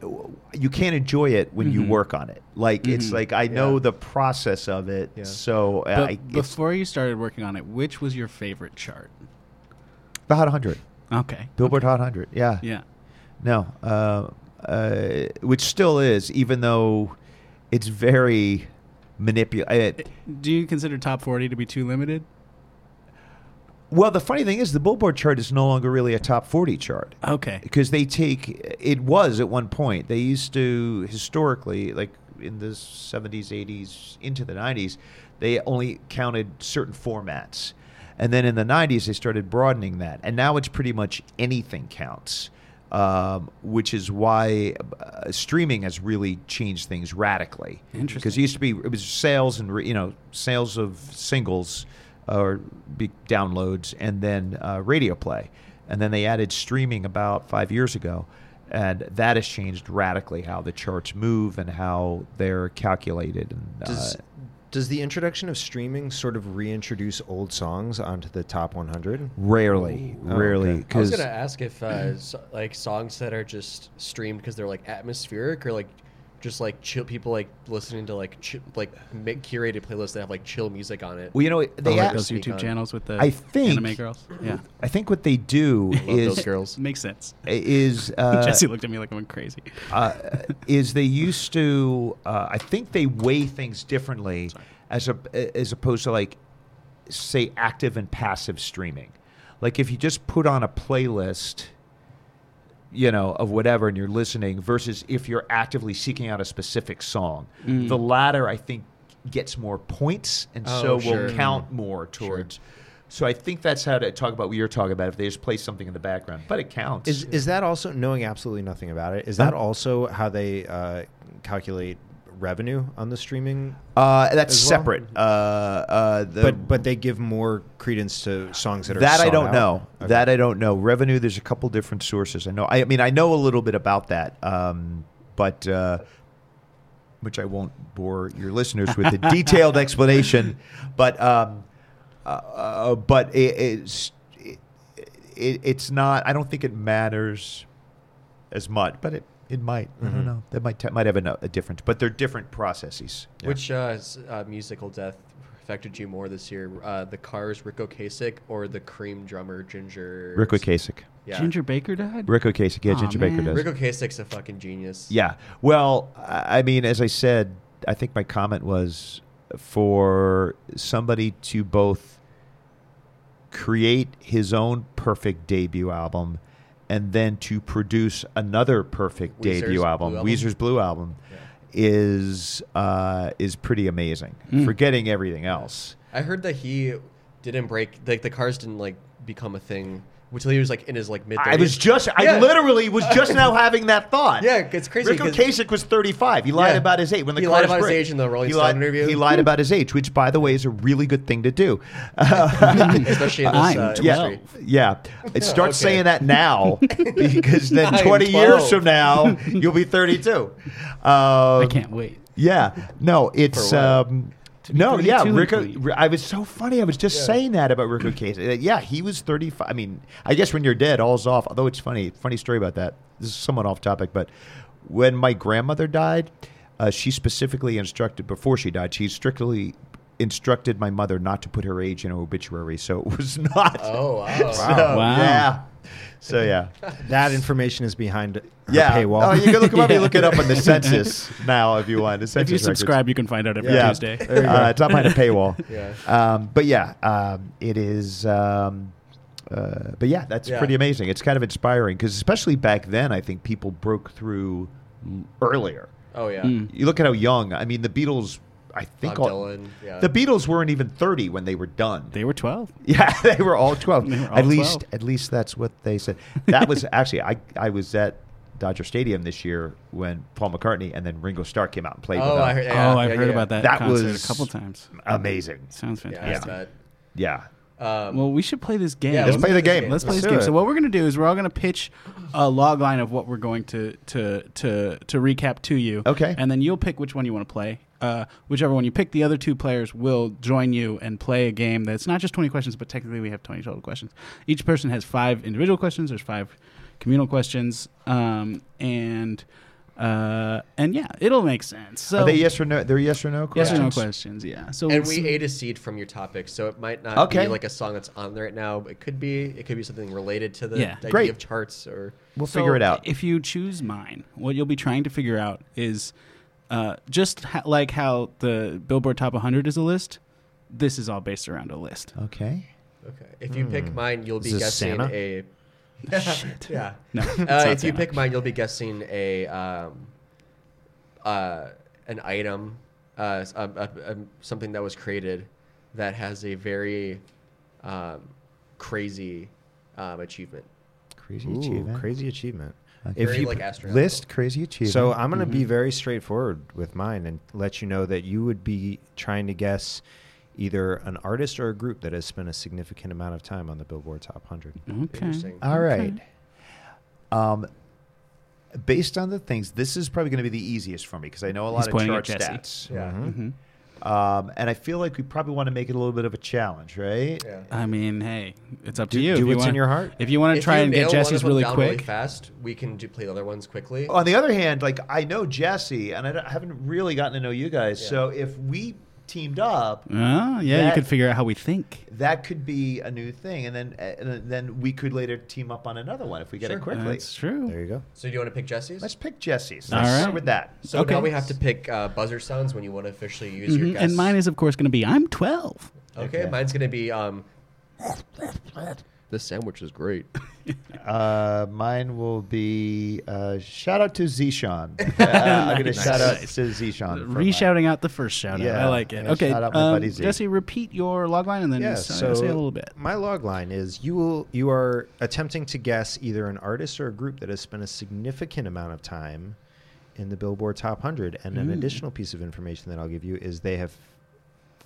S2: you can't enjoy it when
S1: Mm-hmm.
S2: you work on it. Like it's
S1: Mhm.
S2: like I know
S3: Yeah.
S2: the process of it.
S3: Yeah.
S2: So uh,
S1: But
S2: I, it's
S1: before you started working on it, which was your favorite chart?
S2: the Hot 100,
S1: Okay.
S2: Billboard Hot 100. Yeah.
S1: Yeah.
S2: No. Uh, uh, which still is, even though it's very manipulative.
S1: Do you consider top 40 to be too limited?
S2: Well, the funny thing is, the Billboard chart is no longer really a top 40 chart.
S1: Okay.
S2: because they take it was at one point they used to historically like in the 70s 80s into the 90s they only counted certain formats and then in the 90s they started broadening that and now it's pretty much anything counts um, which is why uh, streaming has really changed things radically
S1: Interesting.
S2: because it used to be it was sales and re, you know sales of singles uh, or be downloads and then uh, radio play and then they added streaming about five years ago and that has changed radically how the charts move and how they're calculated and
S4: Does
S2: uh,
S4: does the introduction of streaming sort of reintroduce old songs onto the top 100?
S2: rarely
S4: Oh,
S2: rarely
S3: I
S4: okay.
S3: was
S2: because
S3: gonna ask if uh, so, like songs that are just streamed because they're like atmospheric or like just like chill people like listening to like chi- like ma- curated playlists that have like chill music on it.
S2: well you know
S1: Oh,
S2: they
S1: like
S2: ask-
S1: those
S3: sneak
S1: YouTube
S3: on.
S1: channels with the
S2: I think-
S1: anime
S3: <laughs>
S1: girls. Yeah.
S2: I think what they do
S3: Love
S2: is
S3: those girls.
S1: Makes sense.
S2: is
S1: <laughs>
S2: uh,
S1: Jesse looked at me like I'm crazy.
S2: uh, is they used to uh, I think they weigh things differently as a, as opposed to like say active and passive streaming. Like if you just put on a playlist you know of whatever and you're listening versus if you're actively seeking out a specific song. The latter I think gets more points and
S3: Mm. Oh,
S2: so
S3: sure.
S2: will count more towards So I think that's how to talk about what you're talking about. If they just play something in the background, but it counts.
S4: Is is that also knowing absolutely nothing about it? Is
S2: Huh?
S4: that also how they uh, calculate revenue on the streaming?
S2: Uh, that's
S4: as well?
S2: separate. Uh, uh, the,
S4: but but they give more credence to songs that are
S2: that I
S4: sought
S2: don't
S4: out?
S2: know.
S4: Okay.
S2: That I don't know. Revenue. There's a couple different sources. I know. I, mean, I know a little bit about that, um, but uh, which I won't bore your listeners with the
S4: <laughs>
S2: detailed explanation. But um, uh, uh, but it, it's it, it, it's not. I don't think it matters as much. But it it might. I
S4: Mm-hmm.
S2: don't know. That might might have a, no- a difference. But they're different processes.
S3: Which uh, s- uh, musical death affected you more this year? Uh, the Cars, Rico Kasich, or the Cream drummer Ginger?
S2: Rico Kasich.
S3: Yeah.
S1: Ginger Baker died?
S2: Rico Kasich. Yeah,
S1: Aw,
S2: Ginger Baker
S1: man.
S2: does.
S3: Rico Kasich's a fucking genius.
S2: Yeah. Well, I I mean, as I said, I think my comment was for somebody to both create his own perfect debut album and then to produce another perfect
S3: Weezer's
S2: debut
S3: Blue
S2: album,
S3: Album?
S2: Weezer's Blue Album,
S3: Yeah.
S2: is uh, is pretty amazing.
S1: Mm.
S2: Forgetting everything else.
S3: I heard that he didn't break like the Cars didn't like become a thing which he was like in his like mid.
S2: I was just, I
S3: Yeah.
S2: literally was just now having that thought.
S3: Yeah, it's crazy
S2: Rico
S3: 'cause-
S2: Kasich was 35. He lied
S3: Yeah.
S2: about his age. When the
S3: He lied
S2: cars
S3: about his
S2: break.
S3: age in the Rolling
S2: he
S3: Stone
S2: lied,
S3: interview.
S2: He lied about his age, which, by the way, is a really good thing to
S3: <laughs>
S2: do.
S3: <laughs> especially in this
S1: I'm
S3: uh,
S2: <laughs> yeah,
S3: industry.
S2: yeah. It starts
S3: Okay.
S2: saying that
S3: <laughs>
S2: now because then
S3: Nine,
S2: 20 years
S3: 12.
S2: from now you'll be 32.
S1: I
S2: Um,
S1: can't wait.
S2: yeah. No, it's
S3: For what?
S2: um, no. Yeah,
S1: 32
S2: Rico.
S1: in
S2: Ri- I was so funny. I was just saying that about Rico Case. Uh, Yeah, he was thirty five. I mean, I guess when you're dead, all's off. Although it's funny, funny story about that. This is somewhat off topic, but when my grandmother died, uh, she specifically instructed before she died. She strictly instructed my mother not to put her age in her obituary, so it was <laughs> not.
S3: Oh wow.
S2: <laughs> So,
S1: Wow.
S2: Yeah. So
S3: <laughs>
S2: yeah.
S4: That information is behind her
S2: Yeah.
S4: paywall.
S2: Oh, you can look, probably
S1: Yeah.
S2: look it up on the census now if you want. The
S1: If
S2: census
S1: you
S2: records.
S1: subscribe, you can find out every
S2: yeah.
S1: Tuesday. <laughs>
S2: Uh, it's not behind a
S3: <laughs>
S2: paywall.
S3: Yeah.
S2: Um, but yeah, um, it is. Um, uh, but yeah, that's
S3: Yeah.
S2: pretty amazing. It's kind of inspiring because, especially back then, I think people broke through earlier.
S3: Oh yeah.
S1: Mm.
S2: You look at how young. I mean, the Beatles. I think
S3: Bob
S2: all-
S3: Dylan, yeah.
S2: the Beatles weren't even thirty when they were done.
S1: They were 12.
S2: <laughs> Yeah, they were all twelve.
S1: They were all
S2: at least,
S1: 12.
S2: at least that's what they said. That
S3: <laughs>
S2: was actually I. I was at Dodger Stadium this year when Paul McCartney and then Ringo Starr came out and played.
S3: Oh,
S2: with
S3: I
S2: them.
S3: heard. Yeah,
S1: oh, I've
S3: yeah,
S1: heard
S3: yeah.
S1: about that,
S2: That
S1: concert
S2: was-
S1: a couple times.
S2: Amazing.
S1: Sounds
S3: Yeah.
S1: fantastic.
S3: I bet.
S2: Yeah,
S3: Um,
S1: Well, we should play this game.
S3: Yeah,
S2: let's play the game.
S1: Let's play
S4: Let's
S1: this
S4: do
S1: game.
S4: it.
S1: So what we're gonna do is we're all gonna pitch a log line of what we're going to to to to recap to you.
S2: Okay.
S1: And then you'll pick which one you want to play. Uh, whichever one you pick, the other two players will join you and play a game that's not just twenty questions, but technically we have twenty total questions. Each person has five individual questions. There's five communal questions, um, and uh, and yeah, it'll make sense. So
S2: are they yes or no? They're yes or no
S1: yes
S2: questions.
S1: or no questions. Yeah. So
S3: and we ate a seed from your topic, so it might not
S2: Okay.
S3: be like a song that's on there right now. But it could be. It could be something related to the
S1: Yeah.
S3: idea
S2: Great.
S3: of charts or.
S2: We'll
S1: So
S2: figure it out.
S1: If you choose mine, what you'll be trying to figure out is uh, just ha- like how the Billboard Top 100 is a list. This is all based around a list.
S2: Okay.
S3: Okay. If you pick mine, you'll be
S4: Is this
S3: guessing
S4: Santa?
S3: a.
S1: <laughs>
S2: Oh,
S3: Shit. <laughs> yeah.
S1: No, it's not
S3: Uh, if you
S1: Santa.
S3: pick mine, you'll be guessing a um, uh, an item, uh, s- um, uh, um, something that was created that has a very um, crazy um, achievement.
S2: Crazy
S4: Ooh,
S2: achievement.
S4: <laughs> crazy achievement.
S2: Okay.
S4: If
S3: very,
S4: you
S3: like,
S4: p-
S3: astronomical.
S2: List crazy achievement.
S4: so, I'm going to
S1: Mm-hmm.
S4: be very straightforward with mine and let you know that you would be trying to guess either an artist or a group that has spent a significant amount of time on the Billboard Top 100.
S1: Mm-hmm. Okay.
S3: Interesting.
S2: all right. Um, based on the things, this is probably going to be the easiest for me because I know a lot
S1: He's
S2: of
S1: pointing
S2: chart
S1: at Jesse.
S2: stats.
S3: yeah.
S1: Mhm.
S2: Um, and I feel like we probably want to make it a little bit of a challenge, right?
S3: Yeah.
S1: I mean, hey, it's up
S4: Do-
S1: to you. If
S4: do
S1: you
S4: what's in
S1: wanna-
S4: your heart.
S1: If you want to
S3: If
S1: try
S3: you
S1: and
S3: nail
S1: get
S3: one of
S1: Jesse's
S3: them
S1: really
S3: down
S1: quick,
S3: fast, we can do play the other ones quickly.
S2: On the other hand, like I know Jesse, and I, don't- I haven't really gotten to know you guys.
S3: Yeah.
S2: So if we teamed up,
S1: Ah, yeah, you
S2: That-
S1: could figure out how we think.
S2: that could be a new thing, and then uh, and then we could later team up on another one if we get it
S3: Sure.
S2: quickly.
S1: That's true.
S4: There you go.
S3: So do you want to pick Jesse's?
S2: Let's pick Jesse's.
S1: All
S2: Let's
S1: right.
S2: start with that.
S3: so
S1: Okay.
S3: now we have to pick uh, buzzer sounds when you want to officially use your
S1: Mhm.
S3: guess.
S1: And mine is, of course, going to be I'm 12.
S3: okay.
S2: Okay.
S3: Mine's gonna be um. This sandwich is great.
S2: Uh, mine will be uh, shout out to Zishan. Uh, I'm going to
S1: Nice.
S2: shout out
S1: Nice.
S2: to Zishan. for mine.
S1: Reshouting out the first shout out.
S2: Yeah,
S1: I like it.
S2: yeah,
S1: Okay.
S2: shout out my
S1: um,
S2: buddy Z.
S1: Jesse, repeat your log line and then
S4: Yeah,
S1: say,
S4: so
S1: say a little bit.
S4: My log line is you will you are attempting to guess either an artist or a group that has spent a significant amount of time in the Billboard Top 100 and an
S1: Mm.
S4: additional piece of information that I'll give you is they have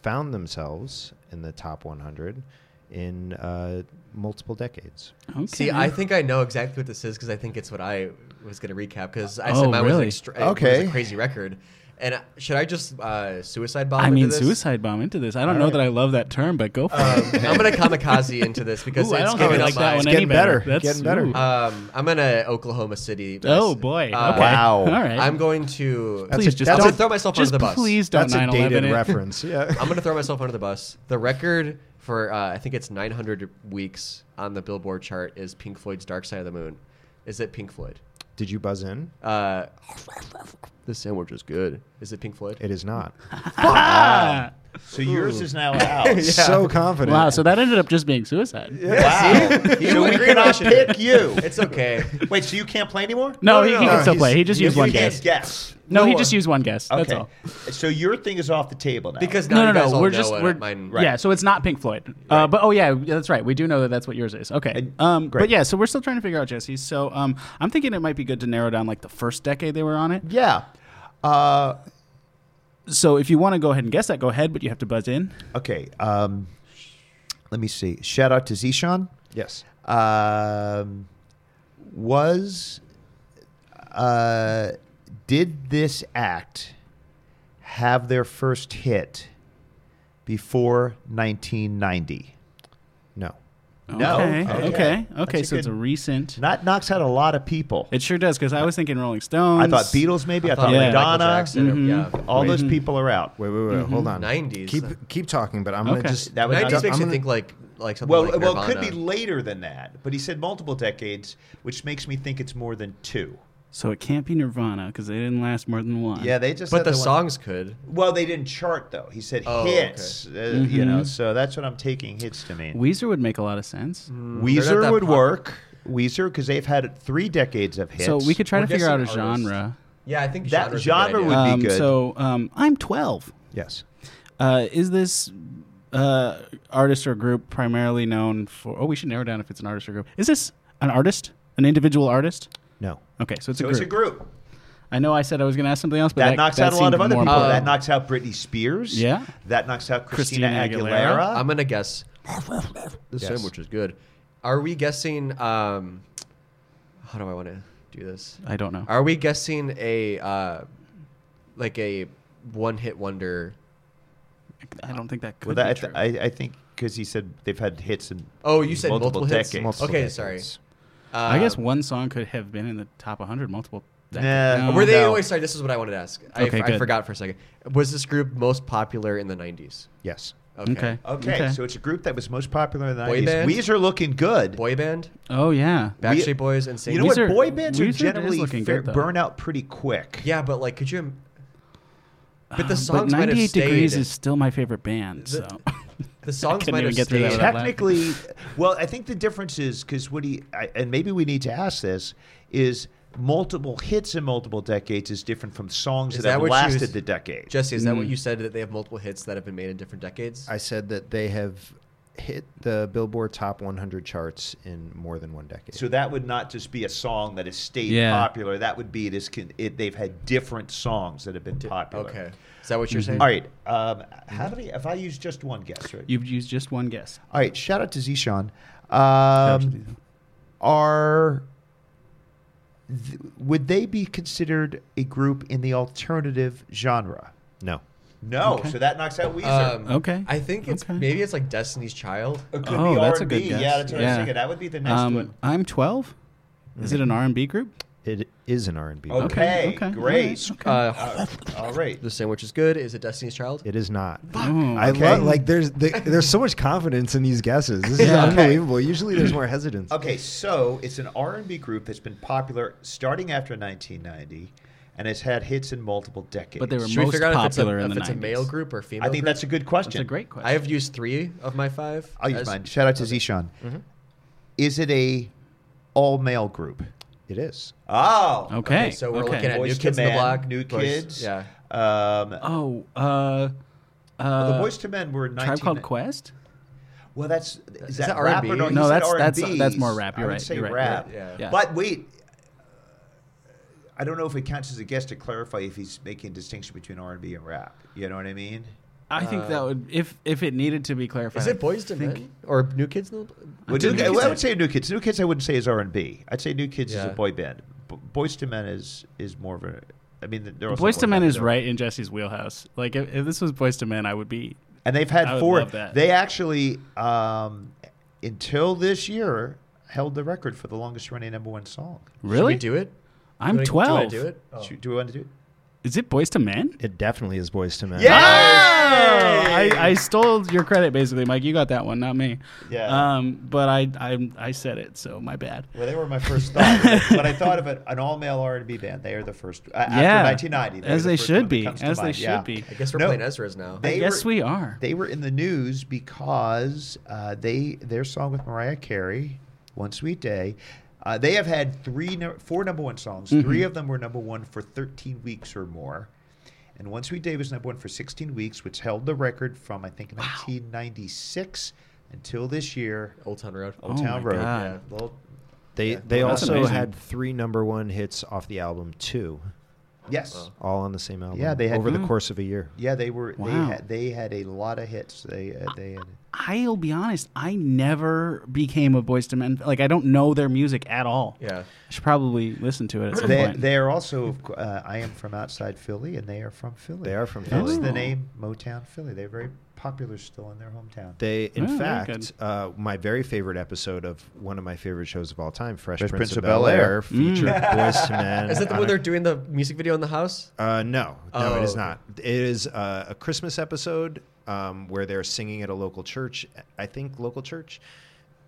S4: found themselves in the top 100 in uh, multiple decades.
S1: Okay.
S3: See, I think I know exactly what this is because I think it's what I was gonna recap because I
S1: Oh,
S3: said mine
S1: really?
S3: was, extra- it
S2: Okay.
S3: was a crazy record. And I- should I just uh, suicide bomb?
S1: I
S3: into
S1: mean,
S3: this?
S1: suicide bomb into this. I don't
S2: All
S1: know
S2: right.
S1: that I love that term, but go for
S3: Um,
S1: it.
S3: <laughs> I'm gonna kamikaze into this because
S1: Ooh, I
S3: it's
S1: don't think
S3: giving
S1: I
S3: up
S1: like that
S3: my-
S1: one
S4: getting
S1: any better.
S4: better. Getting better.
S1: ooh.
S3: Um, I'm gonna Oklahoma City.
S1: oh boy. Okay.
S3: Uh,
S2: Wow.
S1: All right.
S3: I'm going to.
S1: please
S4: That's a-
S1: just
S4: that's
S1: don't-
S3: a- throw myself
S1: just
S3: under the bus.
S1: Please don't
S4: That's a
S1: 9/11
S4: dated
S1: it.
S4: reference.
S1: <laughs>
S4: Yeah.
S3: I'm gonna throw myself under the bus. The record for uh, I think it's 900 weeks on the Billboard chart is Pink Floyd's Dark Side of the Moon. Is it Pink Floyd?
S4: Did you buzz in?
S1: <laughs>
S3: Uh, this sandwich is good. Is it <laughs> Pink Floyd?
S4: It is not.
S1: Ah,
S2: So yours
S1: <laughs>
S2: is now out.
S4: So confident.
S1: Wow, so that ended up just being suicide.
S2: Wow.
S3: He
S2: so
S3: would
S2: we
S3: agree
S2: cannot
S3: with you.
S2: pick you.
S3: It's okay.
S2: Wait, so you can't play anymore?
S1: No, he,
S4: no,
S1: he
S4: no,
S1: can still
S4: he's-
S1: play. He just used
S2: you
S1: one
S2: can't
S1: guess.
S2: guess.
S1: No, he
S3: No,
S1: just used one guess.
S2: Okay.
S1: That's all.
S2: So your thing is off the table now.
S3: Because now
S1: No,
S3: you
S1: no,
S3: guys
S1: no.
S3: all
S1: We're
S3: know
S1: just
S3: it.
S1: we're
S3: Mine-
S1: yeah. So it's not Pink Floyd. Uh, but oh yeah, that's right. We do know that that's what yours is. Okay.
S2: And-
S1: Um,
S2: great.
S1: but yeah, so we're still trying to figure out Jesse. So um, I'm thinking it might be good to narrow down like the first decade they were on it.
S2: yeah. Uh,
S1: So if you want to go ahead and guess that, go ahead. But you have to buzz in.
S2: okay. Um, let me see. Shout out to Zishan.
S4: Yes.
S2: um, was uh, did this act have their first hit before 1990?
S4: No.
S2: No.
S1: Okay. Okay.
S2: Okay.
S1: Okay.
S2: That's a
S1: so it's
S2: good-
S1: a recent.
S2: Not knocks out a lot of people.
S1: It sure does because I was thinking Rolling Stones.
S2: I thought Beatles, maybe I,
S3: I thought Mm-hmm.
S2: thought
S1: Yeah.
S3: Michael
S2: Madonna.
S3: Jackson,
S1: Mhm.
S2: All those people are out.
S4: Wait, wait, wait. Hold on.
S3: 90s.
S4: Keep keep talking, but I'm gonna
S1: Mm-hmm. Okay.
S4: just.
S2: That
S3: Yeah.
S2: was
S3: Nineties
S2: not-
S3: makes
S4: I'm
S3: you
S4: gonna-
S3: think like like something
S2: Well,
S3: like
S2: well, it could be
S3: Nirvana.
S2: later than that, but he said multiple decades, which makes me think it's more than two.
S1: So it can't be Nirvana because they didn't last more than one.
S2: Yeah, they just
S3: but
S2: said
S3: the
S2: they went-
S3: songs could.
S2: Well, they didn't chart though. He said
S3: Oh,
S2: hits, uh,
S1: Mm-hmm.
S2: you know. So that's what I'm taking hits to mean.
S1: Weezer would make a lot of sense.
S2: Mm.
S3: They're not
S2: Weezer
S3: that
S2: would
S3: pop-
S2: work. Weezer because they've had three decades of hits.
S1: So we could try
S3: We're
S1: to figure out a
S3: guessing artists.
S1: genre.
S3: Yeah, I think
S2: That
S3: genre's a good
S2: genre
S3: idea.
S2: would be
S1: um,
S2: good.
S1: So um, I'm 12.
S4: Yes.
S1: Uh, is this uh, artist or group primarily known for? Oh, we should narrow down if it's an artist or group. Is this an artist, an individual artist?
S4: No.
S1: Okay, so it's,
S2: So
S1: a,
S2: it's
S1: group.
S2: a group
S1: I know I said I was going to ask something else, but
S2: that,
S1: that,
S2: knocks
S1: that
S2: out a lot
S1: seemed
S2: of other
S1: more
S2: people.
S1: important.
S2: that knocks out Britney Spears.
S1: Yeah.
S2: That knocks out Christina,
S1: Christina
S2: Aguilera.
S1: Aguilera.
S3: I'm gonna guess. The sandwich is good. Are we guessing? Um, how do I want to do this?
S1: I don't know.
S3: Are we guessing a uh, like a one-hit wonder?
S1: I don't think that could
S2: well,
S1: be
S2: that,
S1: true.
S2: I, I think because he said they've had hits in.
S3: Oh, you said
S2: Multiple
S3: multiple, hits.
S2: decades.
S4: Multiple
S3: okay,
S4: decades.
S3: sorry.
S1: I guess
S3: Um,
S1: one song could have been in the top 100 multiple.
S2: Nah.
S1: No.
S3: Were they?
S2: No.
S3: Wait, sorry. This is what I wanted to ask. I,
S1: Okay,
S3: I
S1: good.
S3: forgot for a second. Was this group most popular in the Uh, '90s?
S4: Yes.
S1: Okay.
S2: Okay,
S1: Okay.
S2: so it's a group that was most popular in the
S3: Boy
S2: 90s.
S3: band?
S2: Weezer looking good.
S3: Boy band,
S1: Oh yeah.
S3: Backstreet Boys, and
S2: you know
S1: Weezer-
S2: what? Boy bands
S1: Weezer
S2: are
S1: is
S2: generally
S1: looking
S2: fair-
S1: good, though.
S2: burn out pretty quick.
S3: Yeah, but like, could you? im- But the
S1: Um, but
S3: songs might
S1: 98
S3: have stayed.
S1: Degrees is still my favorite band. So <laughs>
S3: the songs
S1: couldn't
S3: might
S1: even
S3: have
S1: get through that
S3: stayed.
S1: without laugh. <laughs>
S2: technically well i think the difference is because what he I, and maybe we need to ask this is multiple hits in multiple decades is different from songs that,
S3: Is that
S2: have
S3: what you
S2: lasted
S3: was-
S2: the decade
S3: Jesse, is that
S1: Mm.
S3: what you said that they have multiple hits that have been made in different decades?
S4: I said that they have hit the Billboard Top 100 charts in more than one decade.
S2: so that would not just be a song that has stayed
S1: Yeah.
S2: popular that would be it is con- it, they've had different songs that have been popular
S3: okay, Mm-hmm. is that what you're saying?
S2: all right um, how many if i use just one guess right
S1: you've used just one guess.
S2: all right shout out to zishan
S1: should do
S2: um, are th- would they be considered a group in the alternative genre
S4: no.
S2: No,
S1: Okay.
S2: so that knocks out Weezer.
S3: Um,
S1: Okay.
S3: I think it's
S1: Okay.
S3: maybe it's like Destiny's Child.
S2: it could
S1: Oh,
S2: be
S1: that's a
S2: R&B.
S1: good guess.
S2: Yeah, that's what I was
S1: Yeah.
S2: thinking. That would be the next
S1: Um,
S2: one.
S1: I'm 12. Is it an R&B group?
S4: It is an R&B.
S2: Okay,
S4: group.
S1: okay,
S2: great.
S3: Uh,
S2: Uh,
S1: <laughs>
S2: all right.
S3: the sandwich is good. Is it Destiny's Child?
S4: It is not.
S1: Oh,
S4: I
S2: Okay.
S4: love like there's the, there's so much confidence in these guesses. This is
S1: Yeah.
S4: unbelievable. Usually there's more
S2: <laughs>
S4: hesitance.
S2: Okay, so it's an R&B group that's been popular starting after 1990 and has had hits in multiple decades.
S1: But they were
S3: Should we
S1: most
S3: figure out if it's,
S1: popular
S3: a,
S1: in
S3: if
S1: the
S3: it's a
S1: 90s.
S3: male group or a female?
S2: I think
S3: group?
S2: that's a good question.
S1: That's a great question.
S3: I have used three of my five.
S2: I'll use
S3: as-
S2: mine. Shout out to Zishan.
S1: Mm-hmm.
S2: Is it a all-male group?
S4: It is.
S2: Oh.
S1: okay.
S3: Okay, so we're
S1: okay.
S3: looking at
S2: Boys
S3: New
S2: to
S3: Kids in the
S2: Men,
S3: Block,
S2: New
S3: Boys-
S2: Kids.
S3: yeah.
S2: Um,
S1: Oh, uh, uh,
S2: the Boys to Men were 19...
S1: Tribe Called Quest.
S2: Well, that's is,
S3: Is
S2: that,
S3: that
S2: rap
S3: R&B?
S2: or no?
S1: No,
S2: He said
S1: that's- that's-
S2: R&B.
S1: that's more rap.
S2: I
S1: You're
S2: would
S1: right.
S2: say
S1: You're right.
S2: rap.
S3: You're right.
S1: Yeah.
S2: But wait, I don't know if it counts as a guess to clarify if he's making a distinction between R and B and rap. You know what I mean?
S1: I think that would if if it needed to be clarified.
S3: Is it Boys to Men or New Kids in the Block?
S2: Well,
S1: didn't
S2: New-
S1: think
S2: well, I
S1: so.
S2: would say New Kids. New Kids, I wouldn't say is R and B. I'd say New Kids is
S3: Yeah.
S2: a boy band. B- Boys to Men is is more of a. I mean, they're also
S1: Boys
S2: boy
S1: to Men
S2: band,
S1: is
S2: though.
S1: right in Jesse's wheelhouse. Like if, if this was Boys to Men, I would be.
S2: and they've
S1: I
S2: had
S1: would
S2: four.
S1: love that.
S2: They actually, um, until this year, held the record for the longest running number one song.
S3: Should we
S1: Really?
S3: do it?
S1: I'm
S3: Do you
S1: 12.
S3: wanna- Do you want to do it? Oh.
S2: Should- Do we want to do it?
S1: Is it Boys to Men? Oh,
S4: It definitely is boys to men.
S1: I, I stole your credit basically, Mike. You got that one, not me.
S2: Yeah.
S1: Um, but I, I I said it, so my bad.
S2: Well, they were my
S1: <laughs>
S2: first thought. when I thought of it, an all-male R&B band, they are the first. Uh,
S1: Yeah.
S2: after 1990, they're
S1: As
S2: the
S1: they
S2: first
S1: should
S2: one that
S1: be.
S2: comes to
S1: As they
S2: mind.
S1: should
S2: Yeah.
S1: be.
S3: I guess we're
S2: No.
S3: playing Ezra's now.
S2: They
S1: yes,
S2: were-
S1: we are.
S2: They were in the news because uh, they their song with Mariah Carey, "One Sweet Day." Uh, they have had three, nu- four number one songs.
S1: Mm-hmm.
S2: Three of them were number one for 13 weeks or more, and "One Sweet Day" was number one for 16 weeks, which held the record from I think 1996 until this year.
S3: Old Town Road.
S2: Old
S1: Oh
S2: Town
S1: my
S2: Road.
S1: God.
S2: Yeah, well,
S4: They
S2: Yeah.
S4: they
S1: That's
S4: also
S1: amazing.
S4: had three number one hits off the album too,
S2: yes.
S4: all on the same album.
S2: Yeah, they had-
S4: over the
S1: Mm.
S4: course of a year.
S2: Yeah, they were.
S1: Wow.
S2: They had they had a lot of hits. They uh, they had.
S1: I'll be honest. I never became a Boys to Men. Like I don't know their music at all.
S3: Yeah.
S1: I should probably listen to it at some
S2: They,
S1: point.
S2: they are also. of co- Uh, I am from outside Philly, and they are from Philly.
S4: They are from
S2: That's
S4: Philly.
S2: the
S1: Oh.
S2: name Motown Philly. They're very popular still in their hometown.
S4: They,
S1: Oh,
S4: in
S1: very
S4: fact, uh, my very favorite episode of one of my favorite shows of all time, Fresh, Prince, of Bel
S2: Bel-Air.
S4: Air, featured Boys to Men.
S3: <laughs> Is that the
S4: on
S3: one
S4: a-
S3: they're doing the music video in the house?
S4: Uh, no, no,
S3: Oh,
S4: it is
S3: okay.
S4: not. It is uh, a Christmas episode um, where they're singing at a local church. I think local church.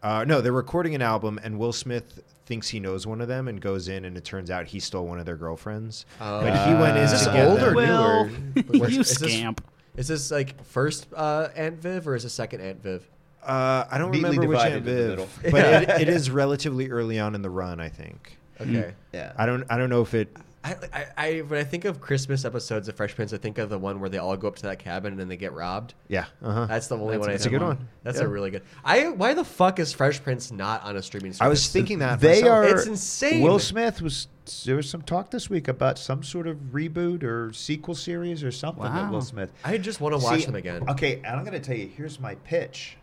S4: Uh, no, they're recording an album, and Will Smith thinks he knows one of them, and goes in, and it turns out he stole one of their girlfriends.
S3: Oh.
S4: But he went in
S3: Is this
S4: to get
S3: old
S4: them.
S3: or
S1: Well,
S3: new?
S1: <laughs>
S3: Or,
S1: you
S3: is this-
S1: scamp.
S3: Is this like first uh, Aunt Viv or is it second Aunt Viv?
S4: Uh, I don't
S2: Neatly
S4: remember which
S2: divided
S4: Aunt
S2: in the
S4: Viv,
S2: middle.
S4: but
S3: <laughs>
S4: it, it is relatively early on in the run. I think.
S1: Hmm.
S3: Okay.
S2: Yeah.
S4: I don't. I don't know if it.
S3: I, I, I when I think of Christmas episodes of Fresh Prince, I think of the one where they all go up to that cabin and then they get robbed.
S4: Yeah. Uh huh.
S3: That's the only
S1: That's
S3: one.
S1: a
S3: I
S1: good
S3: think
S4: one.
S3: of.
S4: That's a good one.
S3: That's
S4: Yeah.
S3: a really good. I why the fuck is Fresh Prince not on a streaming service?
S4: I was thinking that.
S2: they
S4: myself.
S2: are.
S3: It's insane.
S2: Will Smith was. There was some talk this week about some sort of reboot or sequel series or something that
S1: Wow.
S2: Will Smith.
S3: I just want to watch
S2: See,
S3: them again.
S2: Okay, and I'm going to tell you. Here's my pitch.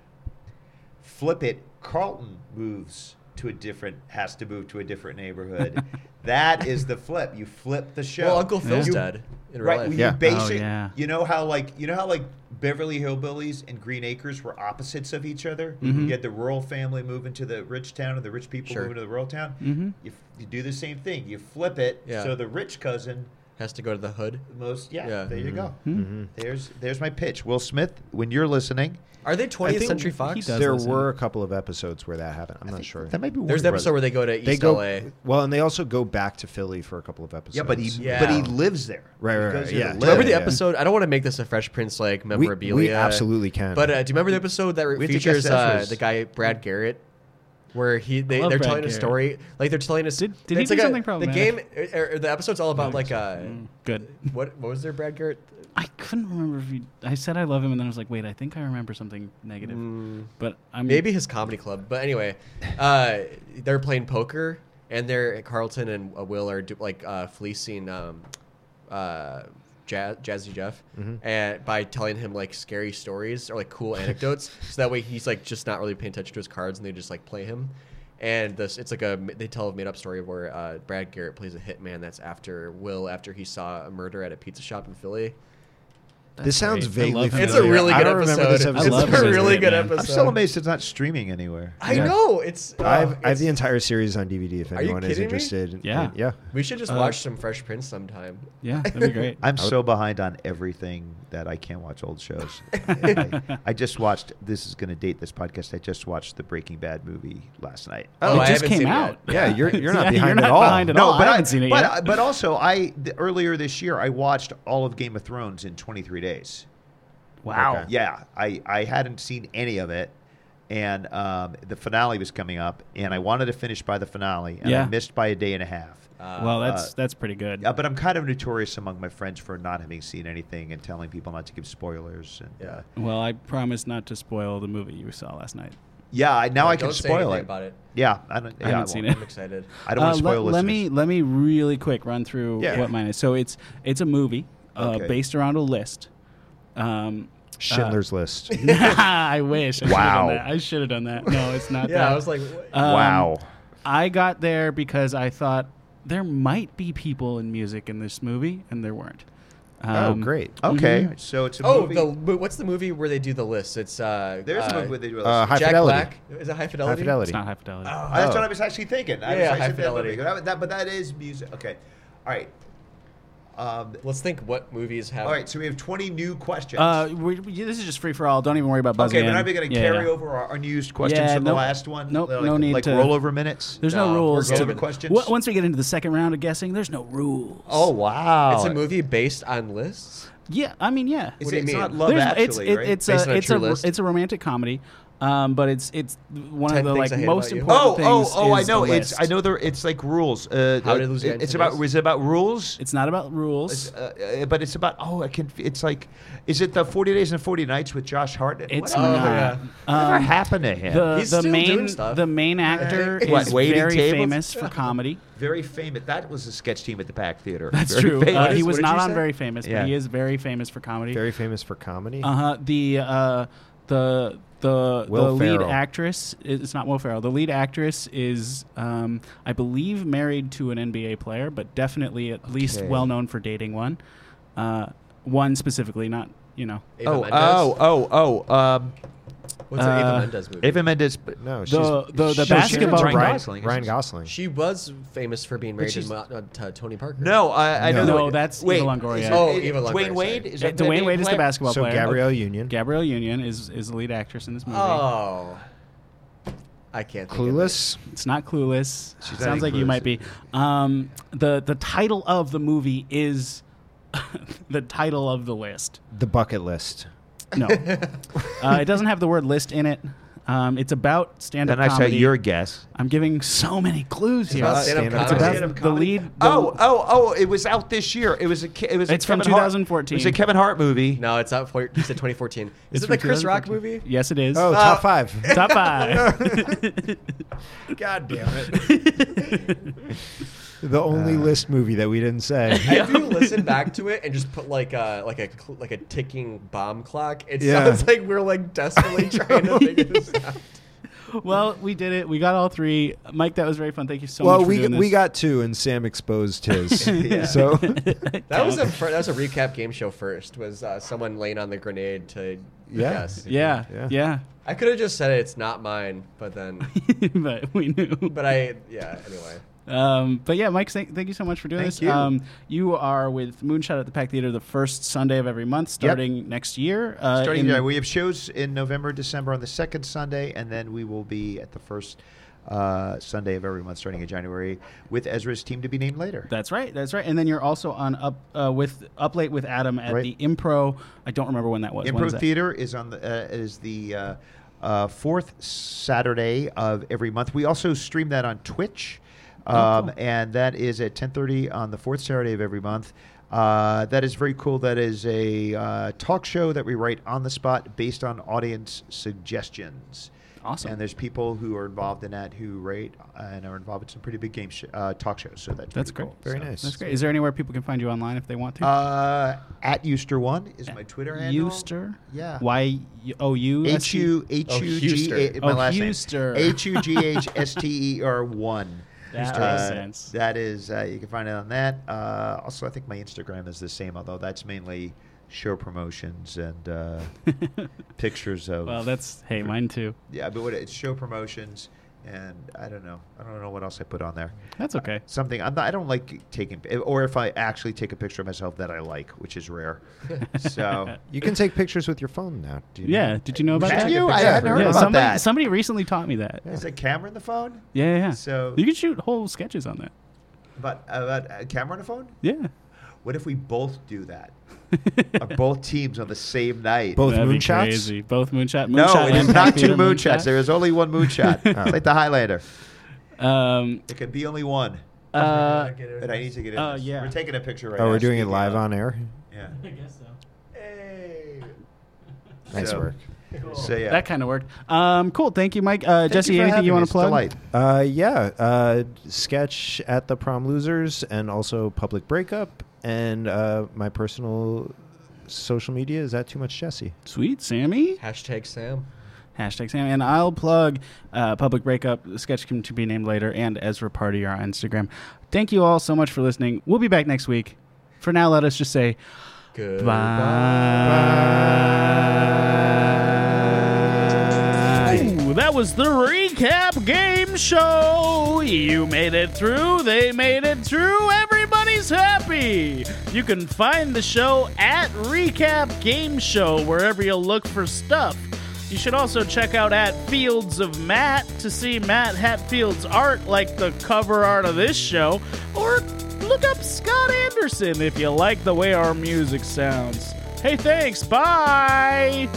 S2: Flip it. Carlton moves to a different. Has to move to a
S1: <laughs>
S2: different neighborhood. that is the flip. You flip the show.
S3: Well, Uncle Phil's
S1: Yeah.
S3: dead in real
S2: right.
S3: life.
S2: You
S4: Yeah.
S2: basic.
S1: Oh, yeah.
S2: You know how like you know how like Beverly Hillbillies and Green Acres were opposites of each other.
S4: Mm-hmm.
S2: You had the rural family moving to the rich town and the rich people
S3: Sure.
S2: moving to the rural town.
S4: Mm-hmm.
S1: Mhm.
S2: You, f- you do the same thing. You flip it.
S3: Yeah.
S2: So the rich cousin.
S3: Has to go to the hood.
S2: the Most yeah,
S3: Yeah.
S2: there you go.
S4: Mm-hmm.
S2: There's there's my pitch. Will Smith, when you're listening,
S3: Are they 20th
S4: think
S3: Century
S4: he
S3: Fox?
S1: does.
S4: There
S1: listen.
S4: were a couple of episodes where that happened. I'm not sure.
S2: that might be
S3: There's the
S2: Warner
S3: episode
S2: Brothers.
S3: where they go to East
S4: they go
S3: LA.
S4: well, and they also go back to Philly for a couple of episodes.
S2: yeah, but he
S3: Yeah.
S2: but he lives there.
S4: Right,
S2: He
S4: right,
S2: goes
S4: right,
S2: there to
S4: yeah.
S2: live.
S3: Remember the
S4: Yeah.
S3: episode? I don't want to make this a Fresh Prince like
S4: we,
S3: memorabilia.
S4: we absolutely can.
S3: But uh, do you remember the episode that
S2: We have to guess
S3: features
S2: that
S3: uh,
S2: first.
S3: the guy Brad Garrett, where he they,
S1: love
S3: they're
S1: Brad
S3: telling a
S1: Garrett.
S3: story like they're telling us.
S1: Did- did he
S3: it's
S1: do
S3: like a-
S1: something
S3: The game
S1: problematic? Mm,
S3: or, or the episode's all about like uh,
S1: Good.
S3: what what was there Brad Garrett?
S1: I couldn't remember if you. I said I love him, and then I was like, wait, I think I remember something negative. But I'm
S3: Mm. Maybe his comedy club. But anyway, uh, they're playing poker and they're Carlton and uh, Will are do, like uh, fleecing um, uh, Jazz, Jazzy Jeff and by telling him like scary stories or like cool anecdotes, so that way he's like just not really paying attention to his cards and they just like play him. And this, it's like a they tell a made up story where uh, Brad Garrett plays a hitman that's after Will after he saw a murder at a pizza shop in Philly.
S1: That's
S4: this sounds
S1: great. I
S4: vaguely
S1: love him.
S4: familiar.
S3: It's a really
S4: I
S3: good
S4: don't remember
S3: episode.
S4: this
S1: I love
S3: It's a
S1: it.
S3: really good
S1: Man. I'm
S3: episode.
S2: I'm still amazed it's not streaming anywhere.
S3: I
S4: Yeah.
S3: know it's.
S4: I
S3: oh,
S4: have, I have
S3: it's-
S4: the entire series on DVD if
S3: you
S4: anyone is
S3: kidding me?
S4: interested.
S1: Yeah.
S4: And- yeah.
S3: We should just watch some Fresh Prince sometime.
S1: Yeah, that'd be
S3: <laughs>
S1: great.
S2: I'm so behind on everything that I can't watch old
S1: <laughs>
S2: shows. I, I just watched. This is going to date this podcast. I just watched the Breaking Bad movie last night.
S3: Oh, I
S1: it just
S3: haven't
S1: came
S3: seen it
S1: out.
S3: yet.
S4: Yeah,
S1: <laughs>
S3: <laughs>
S4: you're you're not
S1: Yeah,
S4: behind
S1: you're
S4: at
S1: not
S4: all.
S1: behind at all. I haven't seen it
S2: but, uh,
S1: yet.
S2: But also, I the, earlier this year I watched all of Game of Thrones in 23 days.
S1: Wow.
S4: Okay.
S2: Yeah, I I hadn't seen any of it, and um, the finale was coming up, and I wanted to finish by the finale, and
S1: Yeah.
S2: I missed by a day and a half.
S3: Uh,
S1: well, that's that's pretty good.
S2: Uh, but I'm kind of notorious among my friends for not having seen anything and telling people not to give spoilers. And, yeah, uh,
S1: Well, I promise not to spoil the movie you saw last night.
S2: yeah. I- Now
S3: Yeah,
S2: I can
S3: don't say
S2: spoil
S3: anything
S2: it.
S3: about it.
S2: Yeah, I don't. Yeah,
S1: I haven't seen
S2: won't.
S1: it.
S3: I'm excited.
S2: I don't want
S1: Uh,
S2: to spoil
S1: let,
S2: listeners.
S1: let me let me really quick run through
S4: Yeah.
S1: what mine is. So it's it's a movie uh,
S2: Okay.
S1: based around a list. Um, uh, <laughs>
S4: Schindler's List.
S1: I wish. I should've
S2: Wow.
S1: done that. I should have done that. No, it's not.
S3: Yeah,
S1: that.
S3: I was like, what?
S1: Um,
S2: wow.
S1: I got there because I thought there might be people in music in this movie, and there weren't.
S4: oh,
S1: Um,
S4: great.
S2: Okay, so it's a
S3: oh,
S2: movie.
S3: the mo- what's the movie where they do the list? It's uh,
S2: There's
S3: uh,
S2: a movie where they do a
S4: uh,
S2: list.
S4: High
S3: Jack
S4: Fidelity.
S3: Black. Is it High Fidelity?
S4: High Fidelity.
S1: It's not high fidelity.
S2: Oh, That's what I was actually thinking. I was
S3: Yeah, High
S2: actually thinking that
S3: Fidelity.
S2: movie. That- that- but that is music. Okay, all right. Um,
S3: Let's think what movies have.
S2: all right, so we have 20 new questions.
S1: Uh, we, we- this is just free for all. Don't even worry about buzzing.
S2: okay, but
S1: in.
S2: I'm going to
S1: Yeah,
S2: carry
S1: yeah.
S2: over our unused questions
S1: Yeah,
S2: from the
S1: nope.
S2: last one.
S1: Nope,
S2: like,
S1: no need
S2: like
S1: to-
S2: rollover minutes.
S1: There's no,
S3: No,
S1: rules.
S3: we're
S1: To,
S3: going
S2: to questions.
S1: Wo- once we get into the second round of guessing, there's no rules.
S2: Oh wow!
S3: It's a movie based on lists.
S1: yeah. I mean, yeah.
S2: It's,
S3: do you
S2: it's
S3: mean?
S2: not Love
S1: There's-
S2: Actually,
S1: it's it-
S2: right?
S1: it's
S3: Based
S1: a
S3: on a
S1: it's
S3: true
S1: a,
S3: list?
S1: it's a romantic comedy, um, but it's it's one
S3: Ten
S1: of the like
S3: Things I Hate
S1: most
S3: About You.
S1: important
S2: Oh,
S1: things.
S2: oh, oh! I
S1: is
S2: know.
S1: a
S2: It's
S1: list.
S2: I know. There. It's like rules. Uh,
S3: How
S2: uh,
S3: did those get
S2: It's
S3: into
S2: about.
S3: this?
S2: Was it about rules?
S1: It's not about rules.
S2: It's, uh, uh, but it's about. Oh, I can. It's like. Is it the Forty Days and Forty Nights with Josh Hartnett?
S1: It's
S2: Whatever.
S1: not.
S3: yeah.
S2: Whatever
S1: Um,
S2: happened to him?
S1: the
S3: He's
S1: the
S3: still doing
S1: main
S3: stuff.
S1: the main actor is
S2: What, waiting
S1: very
S2: tables?
S1: famous
S3: <laughs>
S1: for comedy.
S2: Very famous. That was a sketch team at the Pack Theater.
S1: That's
S2: Very
S1: true. Uh,
S2: famous.
S1: he
S3: What
S1: was
S3: did
S1: not
S3: you
S1: on
S3: say?
S1: very famous,
S2: Yeah.
S1: but he is very famous for comedy.
S4: Very famous for comedy.
S1: Uh huh. The uh, the the the
S4: Will
S1: lead
S4: Ferrell.
S1: actress. It's not Will Ferrell. The lead actress is, um, I believe, married to an NBA player, but definitely at least
S2: Okay.
S1: well known for dating one, uh, one specifically. Not you know.
S3: Ava
S2: oh,
S3: Mendes.
S2: oh, oh, oh. Um,
S3: What's an
S1: uh,
S3: Ava Mendes movie?
S2: Ava Mendes.
S4: no, she's
S1: The the, the
S2: she's
S1: basketball
S2: Ryan
S1: player.
S2: Gosling,
S4: Ryan
S2: isn't she?
S4: Gosling.
S3: She was famous for being married to,
S2: she's-
S3: Mo- uh, to Tony Parker.
S2: No,
S4: uh,
S2: I, I know.
S1: No,
S2: the-
S1: that's
S2: wait,
S1: Eva Longoria.
S2: is it-
S3: Oh,
S2: it-
S3: Eva Longoria,
S2: Dwayne
S3: sorry.
S2: Wade is
S1: Uh,
S2: that the
S1: Dwayne
S2: main
S1: Wade is the
S2: player?
S1: basketball
S4: so
S1: player.
S4: Gabrielle Union.
S1: Gabrielle Union is is the lead actress in this movie.
S3: Oh. I can't. think of it.
S4: Clueless.
S1: It's not Clueless.
S2: She's not
S1: Sounds
S2: in
S1: like you
S2: Clueless.
S1: might be. Um, the the title of the movie is <laughs> the title of the list.
S4: The bucket list.
S1: No, uh, it doesn't have the word list in it. Um, it's about stand-up
S2: Then I say
S1: comedy.
S2: your guess.
S1: I'm giving so many clues here.
S3: about
S1: Uh,
S3: stand-up
S1: it's
S3: comedy.
S1: about
S3: Stand-up
S1: the lead. the-
S2: Oh, oh, oh! It was out this year. It was a. Ke- It was.
S1: It's
S2: a
S1: from
S2: Kevin Hart-
S1: 2014.
S2: It was a Kevin Hart movie.
S3: No, it's not. For, you said 2014. Is
S1: it's
S3: it the
S1: from
S3: Chris Rock
S1: 2014.
S3: movie?
S1: Yes, it is.
S4: Oh,
S3: Uh,
S1: <laughs>
S4: top five.
S1: Top five.
S4: God damn it. the
S3: Uh,
S4: only list movie that we
S1: <laughs>
S4: didn't say.
S3: If you listen back to it and just put like a like a cl- like a ticking bomb clock, it
S4: Yeah.
S3: sounds like we're like desperately trying to figure this out.
S1: well, we did it. We got all three. Mike, that was very fun. Thank you so much.
S4: well,
S1: for
S4: we
S1: doing
S4: we
S1: this. <laughs>
S4: got <laughs> two, and Sam exposed his. So <laughs>
S3: That was a fir- that was a recap game show. First was uh, someone laying on the grenade to
S4: Yeah.
S3: guess.
S1: Yeah,
S4: Yeah.
S1: yeah. <laughs>
S3: I could have just said it's not mine, but then
S1: but we knew.
S3: but I yeah anyway.
S1: Um, but yeah, Mike, thank, thank you so much for doing
S3: Thank
S1: this.
S3: you.
S1: Um, you are with Moonshot at the Pack Theater the first Sunday of every month, starting next year. <laughs> Uh,
S2: Starting
S1: in-
S2: in, we have shows in November, December on the second Sunday, and then we will be at the first uh, Sunday of every month, starting in January, with Ezra's team to be named later.
S1: That's right. That's right. And then you're also on up uh, with up late with Adam at
S2: Right.
S1: the Impro. I don't remember when that was. When is
S2: Improv
S1: that?
S2: Theater is on the uh, is the uh, uh, fourth Saturday of every month. We also stream that on Twitch, um,
S1: Oh, cool.
S2: and that is at ten thirty on the fourth Saturday of every month. Uh, that is very cool. That is a uh, talk show that we write on the spot based on audience suggestions.
S1: Awesome.
S2: And there's people who are involved in that who rate and are involved in some pretty big game sh- uh, talk shows. So that's
S1: That's
S2: pretty
S1: great.
S2: cool.
S4: very
S2: So-
S4: nice.
S1: That's great. Is there anywhere people can find you online if they want to?
S2: Uh, at Euster One is my Twitter handle.
S1: Euster.
S2: Yeah.
S1: Y O U S
S2: H
S1: T-
S2: U H U G A
S3: Huester.
S2: my
S1: Oh,
S2: last
S1: Huester.
S2: name. H U G H S T E R one.
S1: <laughs> That
S2: Uh,
S1: makes sense.
S2: That is uh, you can find it on that. Uh, also, I think my Instagram is the same, although that's mainly show promotions
S1: <laughs>
S2: and uh, pictures of.
S1: Well, that's hey, mine too.
S2: yeah, but what it's show promotions and I don't know. I don't know what else I put on there.
S1: That's okay.
S2: Something I'm not, I don't like taking, eh, or if I actually take a picture of myself that I like, which
S1: <laughs>
S2: is rare. so
S4: you can take pictures with your phone now. Do you know?
S1: Yeah. Did you know about
S2: Can
S1: that?
S2: you? I
S1: Yeah,
S2: hadn't heard
S1: yeah,
S2: about
S1: somebody,
S2: that.
S1: Somebody recently taught me that. Yeah.
S2: is a camera in the phone?
S1: Yeah. yeah.
S2: So-
S1: you can shoot whole sketches on that.
S2: About about uh, a camera on a phone? <laughs>
S1: Yeah.
S2: What if we both do that? <laughs> Are Uh, both teams on the same night?
S4: Both
S1: That'd be
S4: moonshots?
S1: crazy. Both moonshot.
S2: No,
S1: moonshot
S2: it is
S1: and
S2: not
S1: Pack
S2: two
S1: Theater
S2: moonshots. There is only one moonshot.
S1: <laughs>
S2: It's like the Highlander. <laughs>
S1: Um,
S2: It can be only one.
S1: uh,
S2: But I need to get in.
S1: Oh,
S2: this.
S1: yeah.
S2: We're taking a picture right now.
S4: Oh, we're doing it
S2: Speaking
S4: live
S2: of-
S4: on air.
S2: Yeah.
S1: guess so.
S2: <laughs> Hey.
S4: Nice
S2: So-
S4: work.
S2: So, yeah.
S1: That kind of worked. Um, cool. Thank you, Mike. Uh, Jesse, anything you want to plug?
S4: Uh, yeah, uh, sketch at the prom losers, and also public breakup, and uh, my personal social media is at too much Jesse.
S1: Sweet, Sammy.
S3: Hashtag Sam.
S1: Hashtag Sammy. And I'll plug uh, Public Breakup, Sketch Come to Be Named Later, and Ezra Party are on Instagram. Thank you all so much for listening. We'll be back next week. For now, let us just say
S3: Good.
S1: Ooh, That was the recap game show. You made it through. They made it through. Every everybody's happy. You can find the show at Recap Game Show wherever you look for stuff. You should also check out at Fields of Matt to see Matt Hatfield's art, like the cover art of this show, or look up Scott Anderson if you like the way our music sounds. Hey, thanks. Bye.